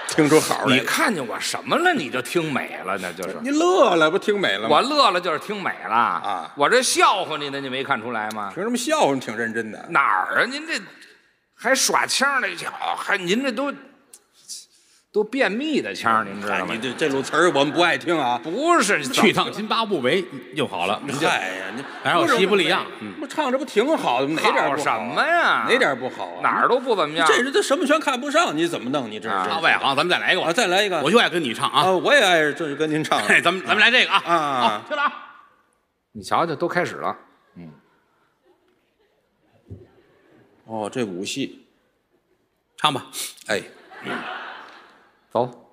Speaker 4: 听出好来
Speaker 3: 你
Speaker 4: 了，
Speaker 3: 看见我什么了？你就听美了，那就是。
Speaker 4: 你乐了，不听美了吗？
Speaker 3: 我乐了就是听美了啊我这笑话你呢，你没看出来吗？
Speaker 4: 凭什么笑？你挺认真的。
Speaker 3: 哪儿啊？您这还耍腔儿呢？瞧，还您这都都便秘的腔儿，您知道
Speaker 4: 哎
Speaker 3: 吗
Speaker 4: 你？这这路词儿我们不爱听啊。
Speaker 3: 不是
Speaker 2: 去趟津巴布韦就好了。
Speaker 4: 哎呀，你
Speaker 2: 还有
Speaker 4: 不是
Speaker 2: 西伯利亚
Speaker 4: 不是不唱这不挺好的吗？哪点
Speaker 3: 好
Speaker 4: 不好
Speaker 3: 什
Speaker 4: 啊
Speaker 3: 么呀？
Speaker 4: 哪点不好啊？
Speaker 3: 哪儿都不怎么样。
Speaker 4: 这人他什么全看不上，你怎么弄？你这是
Speaker 3: 啊
Speaker 2: 唱外行，咱们再来一个吧
Speaker 4: 啊！。再来一个，
Speaker 2: 我就爱跟你唱
Speaker 4: 啊，
Speaker 2: 啊！
Speaker 4: 我也爱这是跟您唱。
Speaker 2: 哎，咱们咱们来这个啊！
Speaker 4: 啊
Speaker 2: 好，去了啊！
Speaker 3: 你瞧瞧，都开始了。
Speaker 4: 哦，这武戏，
Speaker 2: 唱吧，
Speaker 4: 哎，
Speaker 3: 走，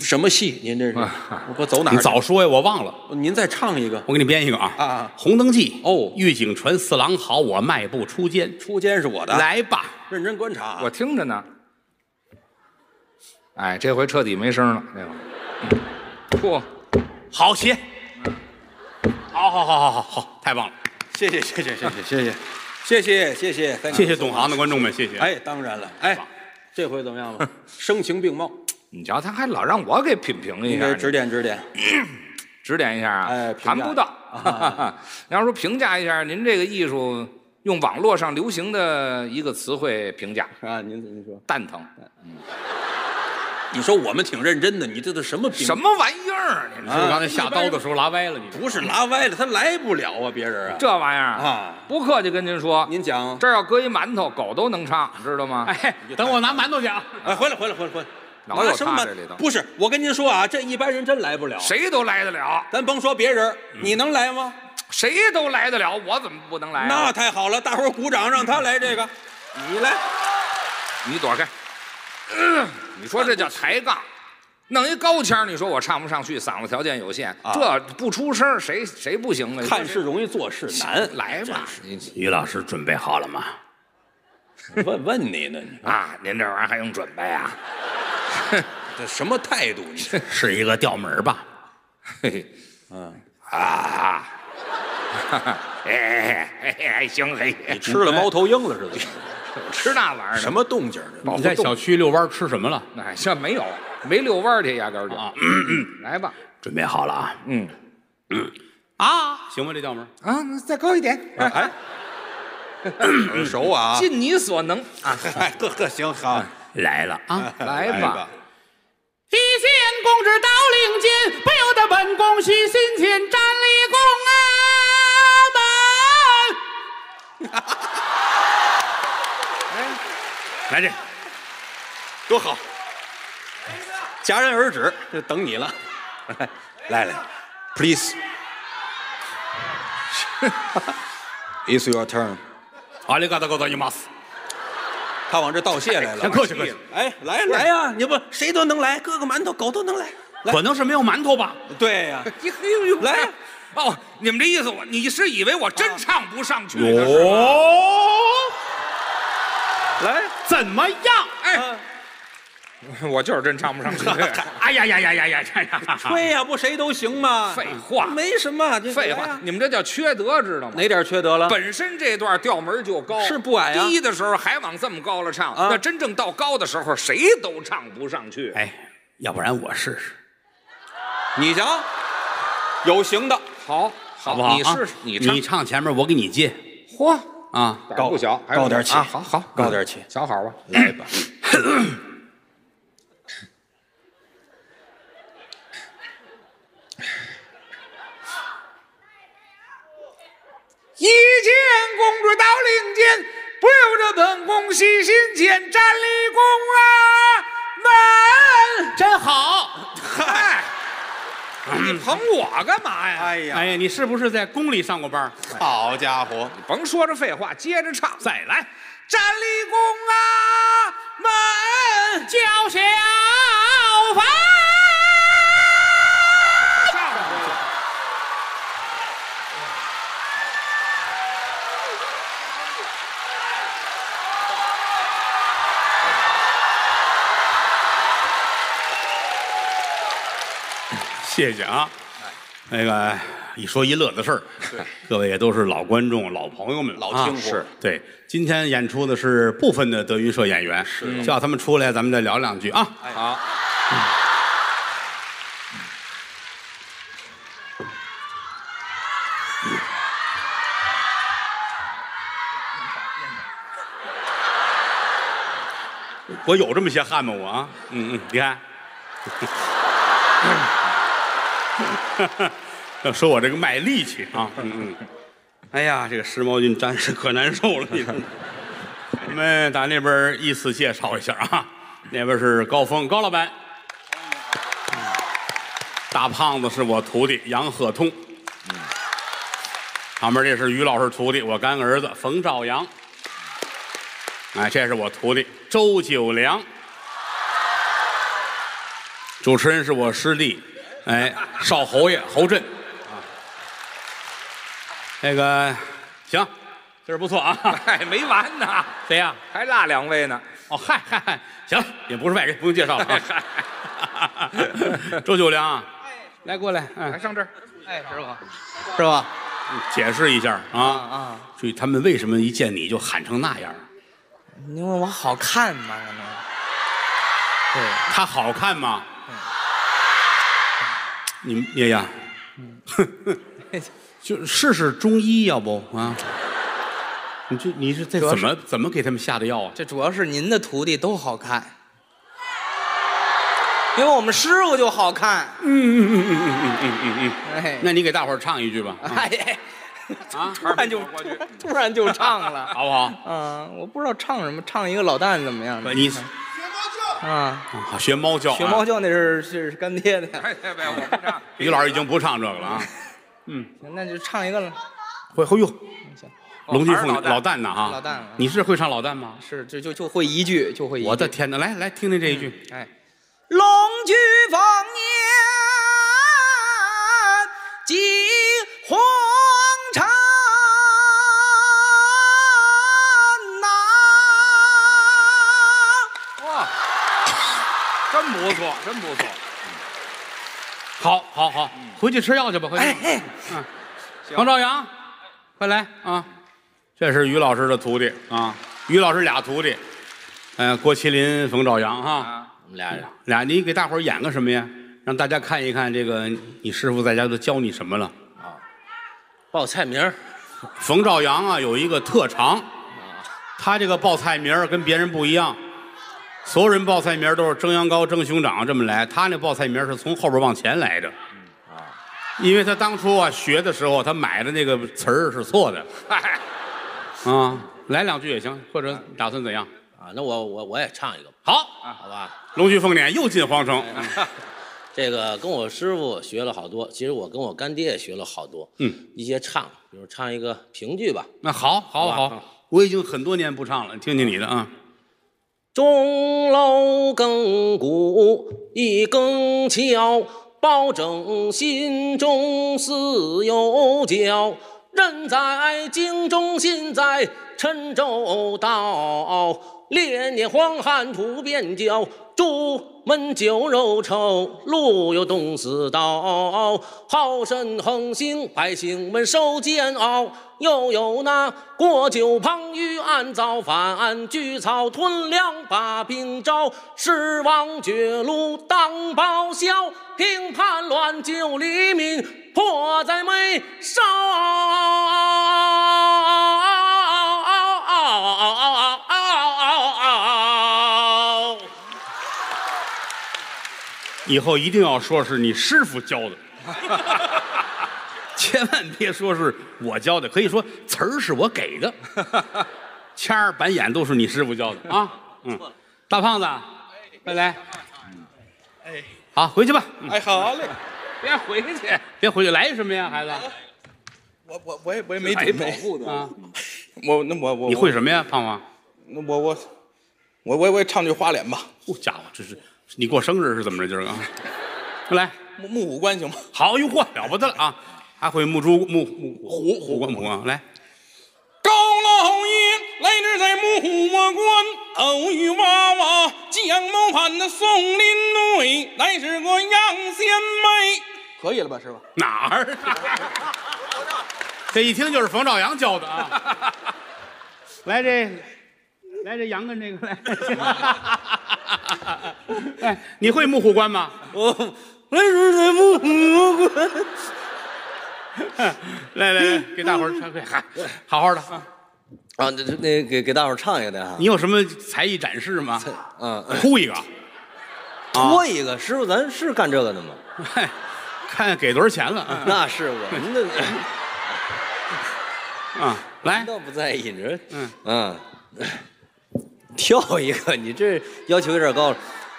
Speaker 4: 什么戏？您这是
Speaker 3: 啊
Speaker 4: 我走哪儿
Speaker 2: 你
Speaker 4: 去？
Speaker 2: 早说呀，我忘了。
Speaker 4: 您再唱一个。
Speaker 2: 我给你编一个啊
Speaker 4: 啊啊
Speaker 2: 红灯记》
Speaker 4: 哦
Speaker 2: 狱警传四郎好，我迈步出监，
Speaker 4: 出监是我的，
Speaker 2: 来吧，
Speaker 4: 认真观察啊。
Speaker 3: 我听着呢。哎，这回彻底没声了，这个。嚯，
Speaker 2: 好鞋，好好好好好好，太棒了！
Speaker 4: 谢谢谢谢谢谢谢谢谢谢谢谢谢
Speaker 2: 谢谢懂行的观众们，谢谢。
Speaker 4: 哎，当然了，哎，这回怎么样了？声情并茂，
Speaker 3: 你瞧，他还老让我给品评一
Speaker 4: 应
Speaker 3: 下，
Speaker 4: 该
Speaker 3: 你
Speaker 4: 指点指点。
Speaker 3: 指点一下啊，
Speaker 4: 哎评价啊
Speaker 3: 谈不到。 [laughs] 你要说评价一下您这个艺术，用网络上流行的一个词汇评价，
Speaker 4: 啊，您您说，
Speaker 3: 蛋疼，
Speaker 4: 嗯你说我们挺认真的，你这都什么兵
Speaker 3: 什？么玩意儿啊？你
Speaker 2: 是不是哎刚才下刀的时候拉歪了你？
Speaker 4: 不是拉歪了，他来不了啊，别人啊。
Speaker 3: 这玩意儿
Speaker 4: 啊，
Speaker 3: 不客气跟您说，
Speaker 4: 您讲，
Speaker 3: 这儿要搁一馒头，狗都能唱，知道吗？
Speaker 2: 哎，等我拿馒头去啊！
Speaker 4: 哎，回来回来回来回来，
Speaker 3: 老有
Speaker 4: 拿什么
Speaker 3: 他
Speaker 4: 办
Speaker 3: 这里头
Speaker 4: 不是，我跟您说啊，这一般人真来不了。
Speaker 3: 谁嗯都来得了，
Speaker 4: 咱甭说别人，你能来吗？
Speaker 3: 谁都来得了，我怎么不能来、
Speaker 4: 那
Speaker 3: 啊？
Speaker 4: 太好了，大伙儿鼓掌，让他来这个，你来。
Speaker 3: 那你躲开、嗯你说这叫抬杠，弄一高腔儿，你说我唱不上去，嗓子条件有限，
Speaker 4: 啊
Speaker 3: 这不出声儿，谁谁不行啊？
Speaker 4: 看事容易做事难，
Speaker 3: 难，来吧。你
Speaker 2: 于老师准备好了吗？
Speaker 4: 问问你呢，你
Speaker 3: 啊，您这玩意儿还用准备啊？
Speaker 4: 这什么态度？你这
Speaker 2: 是一个调门儿吧？
Speaker 3: 嘿嘿，嗯啊， [laughs] 哎哎哎，行，嘿，
Speaker 4: 你吃了猫头鹰了是怎么着？
Speaker 3: 吃那玩意儿呢
Speaker 4: 什？么哦动静儿呢？
Speaker 3: 保护
Speaker 2: 你在
Speaker 3: 动
Speaker 2: 小区遛弯儿吃什么了？
Speaker 3: 哎，这没有，没遛弯儿去，压根儿就
Speaker 2: 啊。
Speaker 3: 来吧，
Speaker 2: 准备好了啊！
Speaker 3: 嗯
Speaker 2: 啊，行吧，这调门儿
Speaker 3: 啊，那再高一点，嗯
Speaker 4: 哎，耳熟啊！
Speaker 3: 啊尽你所能啊，
Speaker 4: 哎，呵呵，行好，
Speaker 2: 来了啊！
Speaker 4: 哎
Speaker 3: 来吧
Speaker 4: 吧。
Speaker 5: 一线公之到领间，不由得本宫喜心间，站立宫阿门。
Speaker 2: 来这，
Speaker 4: 多好，戛然而止，这等你了。 [laughs] 来来，please。It's your turn。
Speaker 2: 阿里嘎达高达伊马斯，
Speaker 4: 他往这道谢来了
Speaker 2: 先。客气客气。
Speaker 4: 哎，来来呀！你不谁都能来，哥哥馒头狗都能来。
Speaker 2: 可能是没有馒头吧？
Speaker 4: 对呀，
Speaker 3: 你嘿哎呦呦
Speaker 4: 来
Speaker 3: 哦，你们这意思我你是以为我真唱不上去呢？是吗
Speaker 4: 哦
Speaker 2: 哟，
Speaker 4: 来，啊
Speaker 2: 怎么样？
Speaker 3: 哎，我就是真唱不上 [laughs] 去。
Speaker 2: 哎呀呀呀呀呀呀呀！
Speaker 4: 吹呀，不谁都行吗？
Speaker 3: 废话
Speaker 4: 没什么，这
Speaker 3: 废
Speaker 4: 来
Speaker 3: 话
Speaker 4: 呀，
Speaker 3: 你们这叫缺德，知道吗？
Speaker 4: 哪点缺德了？
Speaker 3: 本身这段调门就高，
Speaker 4: 啊是不矮啊
Speaker 3: 低的时候还往这么高了唱，
Speaker 4: 啊
Speaker 3: 那真正到高的时候，谁都唱不上去。
Speaker 2: 哎，要不然我试试。
Speaker 4: 你瞧，有行的，
Speaker 3: 好，
Speaker 2: 好
Speaker 3: 好
Speaker 2: 不好啊？
Speaker 3: 你试试，你唱
Speaker 2: 你。唱前面，我给你接
Speaker 3: 嚯，
Speaker 2: 啊！
Speaker 3: 胆儿不小，还有
Speaker 4: 高点气
Speaker 3: 啊！好好，
Speaker 4: 高点气
Speaker 3: 小好吧。
Speaker 4: 来吧。
Speaker 3: 一见公主到领间，不由着本宫喜心间，站立宫啊门。
Speaker 2: 真好！
Speaker 3: 嗨，哎你捧我干嘛呀？
Speaker 4: 哎呀，
Speaker 2: 哎呀，你是不是在宫里上过班？
Speaker 4: 好家伙，
Speaker 3: 甭说这废话，接着唱。
Speaker 2: 再来，
Speaker 3: 站立宫啊门，
Speaker 5: 叫小凡，
Speaker 3: 上回
Speaker 2: 谢谢啊。
Speaker 4: 哎
Speaker 2: 那个一说一乐的事儿，各位也都是老观众、老朋友们了啊，
Speaker 4: 老听过是
Speaker 2: 对。今天演出的是部分的德云社演员，是叫他们出来，咱们再聊两句啊。
Speaker 4: 好，
Speaker 2: 我有这么些汗吗？我啊，嗯嗯，你看， [laughs] 要说我这个卖力气啊，嗯嗯，哎呀，这个湿毛巾沾是可难受了，你知道吗我们打那边依次介绍一下啊，那边是高峰高老板，大胖子是我徒弟杨鹤通，嗯旁边这是于老师徒弟，我干儿子冯兆阳。哎，这是我徒弟周九良，主持人是我师弟，哎，少侯爷侯震，啊，那个行，今儿不错啊，
Speaker 3: 哎，没完呢，
Speaker 2: 谁呀、
Speaker 3: 还落两位呢。
Speaker 2: 哦，嗨嗨嗨，行了，也不是外人，不用介绍了、啊。周九良啊，来过来，嗯
Speaker 3: 来，上这儿，
Speaker 6: 是吧？
Speaker 2: 解释一下啊啊，注意他们为什么一见你就喊成那样？
Speaker 7: 因为我好看嘛，可能。对，
Speaker 2: 他好看吗？你们爷呀， [laughs] 就试试中医，要不啊？你这你是这
Speaker 7: 主要
Speaker 2: 怎
Speaker 7: 是
Speaker 2: 么怎么给他们下的药啊？
Speaker 7: 这主要是您的徒弟都好看，因为我们师傅就好看。哎，
Speaker 2: 那你给大伙儿唱一句吧，啊
Speaker 7: 哎呀，
Speaker 2: 啊
Speaker 7: 突然就 [laughs] 突然就唱了。
Speaker 2: [laughs] 好不好？
Speaker 7: 嗯，我不知道唱什么，唱一个老旦怎么样？
Speaker 2: 你
Speaker 7: 啊，
Speaker 2: 好学猫叫啊，
Speaker 7: 嗯学猫叫那是是是干爹的，
Speaker 3: 哎，别别，我不唱。
Speaker 2: 于老师已经不唱这个了啊。
Speaker 7: 那就唱一个了。
Speaker 2: 会会哟，
Speaker 7: 行，
Speaker 2: 龙金
Speaker 3: 还是
Speaker 2: 凤
Speaker 3: 老旦
Speaker 2: 老旦呐哈，
Speaker 7: 老旦
Speaker 2: 你是会唱老旦吗？
Speaker 7: 是就就就会一句，就会一句。
Speaker 2: 我的天哪，来来听听这一句，
Speaker 7: 哎，龙居凤年即红尘呐、
Speaker 3: 哇，真不错，真不错。
Speaker 2: 好，好，好，回去吃药去吧，回去吧。
Speaker 7: 嗯哎，
Speaker 2: 王朝阳，快来啊！这是于老师的徒弟啊，于老师俩徒弟，呃，郭麒麟、冯兆阳哈，
Speaker 3: 啊，
Speaker 8: 我们俩人
Speaker 2: 俩你给大伙儿演个什么呀？让大家看一看这个你师傅在家都教你什么了。
Speaker 8: 报菜名儿
Speaker 2: 冯兆阳啊，有一个特长，他这个报菜名儿跟别人不一样，所有人报菜名儿都是蒸羊羔、蒸熊掌这么来，他那报菜名儿是从后边往前来的。因为他当初啊学的时候，他买的那个词儿是错的
Speaker 3: 嗨，
Speaker 2: [laughs] 啊，来两句也行，或者打算怎样？
Speaker 8: 啊，那我我我也唱一个吧，
Speaker 2: 好，
Speaker 8: 好吧？
Speaker 2: 龙须凤辇又进皇城，
Speaker 8: 这个跟我师傅学了好多，其实我跟我干爹也学了好多，
Speaker 2: 嗯，
Speaker 8: 一些唱，比如唱一个评剧吧，
Speaker 2: 那好，好，
Speaker 8: 好吧
Speaker 2: 好，我已经很多年不唱了，听听你的啊，
Speaker 8: 钟楼更鼓一更敲，包拯心中似有交。人在京中，心在郴州道。连年荒旱土变焦，朱门酒肉臭，路有冻死道。好生横行，百姓们受煎熬。又有那过酒旁于岸造反，聚草屯粮把兵招，狮王绝路当报销，平叛乱救黎民，迫在眉梢。
Speaker 2: 以后一定要说是你师傅教的，千万别说是我教的，可以说词儿是我给的，掐儿板眼都是你师傅教的啊。嗯，大胖子，快来，好，回去吧，嗯
Speaker 7: 哎，好嘞，
Speaker 3: 哎别回去，
Speaker 2: 别回去，来什么呀，孩子？
Speaker 7: 我我我也我也没
Speaker 3: 来保护的。
Speaker 2: 啊，
Speaker 7: 我那我我
Speaker 2: 你会什么呀，胖胖？
Speaker 7: 我我我我我我也唱句花脸吧，
Speaker 2: 好家伙，啊这是你过生日是怎么着？今儿个啊，快来，
Speaker 7: 木木五官行吗？
Speaker 2: 好，哟嚯，了不得了啊！还会木珠木木虎虎关虎啊，来，
Speaker 7: 高老爷来日在木虎我关，偶遇娃娃将谋反的宋林女，乃是个杨仙妹。可以了吧，师傅？
Speaker 2: 哪儿 [laughs] 啊？这一听就是冯兆阳教的啊！来这，来这羊跟这个来。哎，你会木虎关吗？
Speaker 7: 来日在木虎我
Speaker 2: [laughs]
Speaker 7: 关。
Speaker 2: 来来来，给大伙儿唱，快喊，好好的啊！
Speaker 7: 啊，那那给给大伙儿唱一个的啊
Speaker 9: 你，有什么才艺展示吗？
Speaker 7: 嗯，
Speaker 9: 哭
Speaker 7: [laughs]
Speaker 9: 一个，
Speaker 7: 拖一个，师傅，咱是干这个 [laughs] 的吗？
Speaker 9: 嗨，看给多少钱了啊
Speaker 7: 那是我们的，嗯
Speaker 9: 啊！来，
Speaker 7: 倒不在意，你这，
Speaker 9: 嗯
Speaker 7: 嗯，跳一个，你这要求有点高了。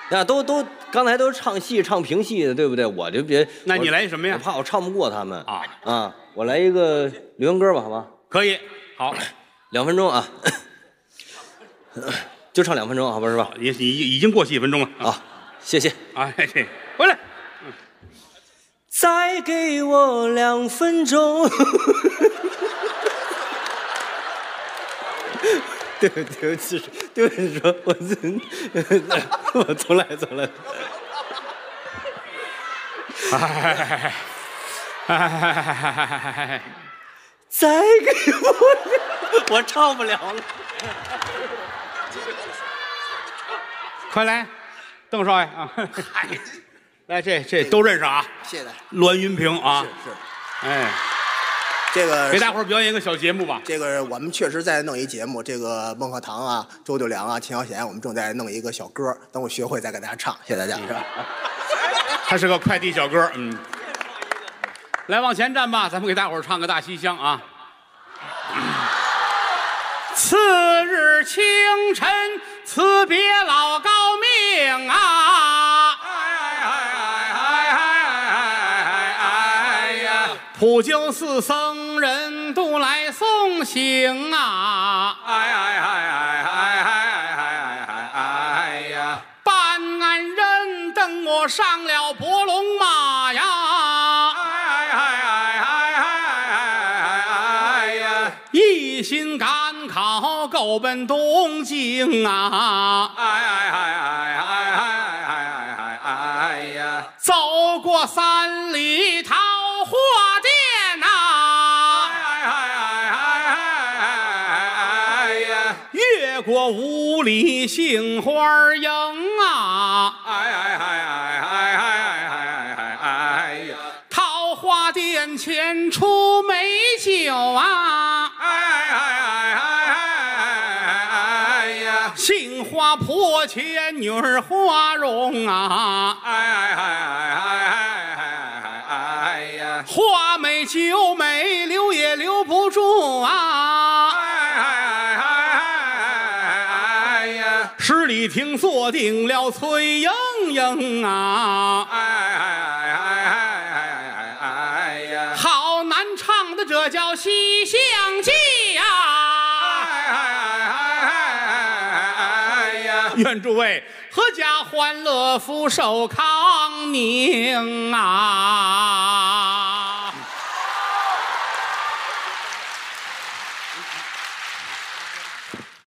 Speaker 7: 那都都刚才都是唱戏、唱评戏的，对不对？我就别，
Speaker 9: 那
Speaker 7: 我
Speaker 9: 你来什么呀
Speaker 7: 我怕我唱不过他们
Speaker 9: 啊
Speaker 7: 啊！我来一个刘文歌吧，好吗？
Speaker 9: 可以，好，
Speaker 7: 两分钟啊， [laughs] 就唱两分钟，好吧，是吧？
Speaker 9: 也已已经过几分钟了
Speaker 7: 啊，谢谢。
Speaker 9: 啊！嘿嘿，回来， [laughs]
Speaker 7: 再给我两分钟。 [laughs] 对不起，对不起，对不起，说我这，我重来，重来。 [laughs] 再给我，我唱不了了。
Speaker 9: 快来，邓少爷啊！来，这这都认识啊，
Speaker 10: 谢谢大家。
Speaker 9: 栾云平啊
Speaker 10: 是，是，
Speaker 9: 哎，
Speaker 10: 这个
Speaker 9: 给大伙儿表演一个小节目吧。
Speaker 10: 这个我们确实在弄一节目，这个孟鹤堂啊、周九良啊、秦霄贤，我们正在弄一个小歌，等我学会再给大家唱，谢谢大家。是吧？
Speaker 9: 他是个快递小哥，嗯。来，往前站吧，咱们给大伙儿唱个《大西厢》啊。
Speaker 2: 次日清晨辞别老高命啊！普救寺僧人都来送行啊！办案人等我上了伯龙马呀，一心赶考够奔东京啊！走过三里桃花店呐、哎越过五里杏花营啊，桃花殿前出美酒啊。哎杏花坡前女儿花容啊，花美酒美留也留不住啊。哎十里亭坐定了崔莺莺啊，哎好难唱的这叫《西厢记》啊呀。哎愿诸位阖家欢乐，福寿康宁啊！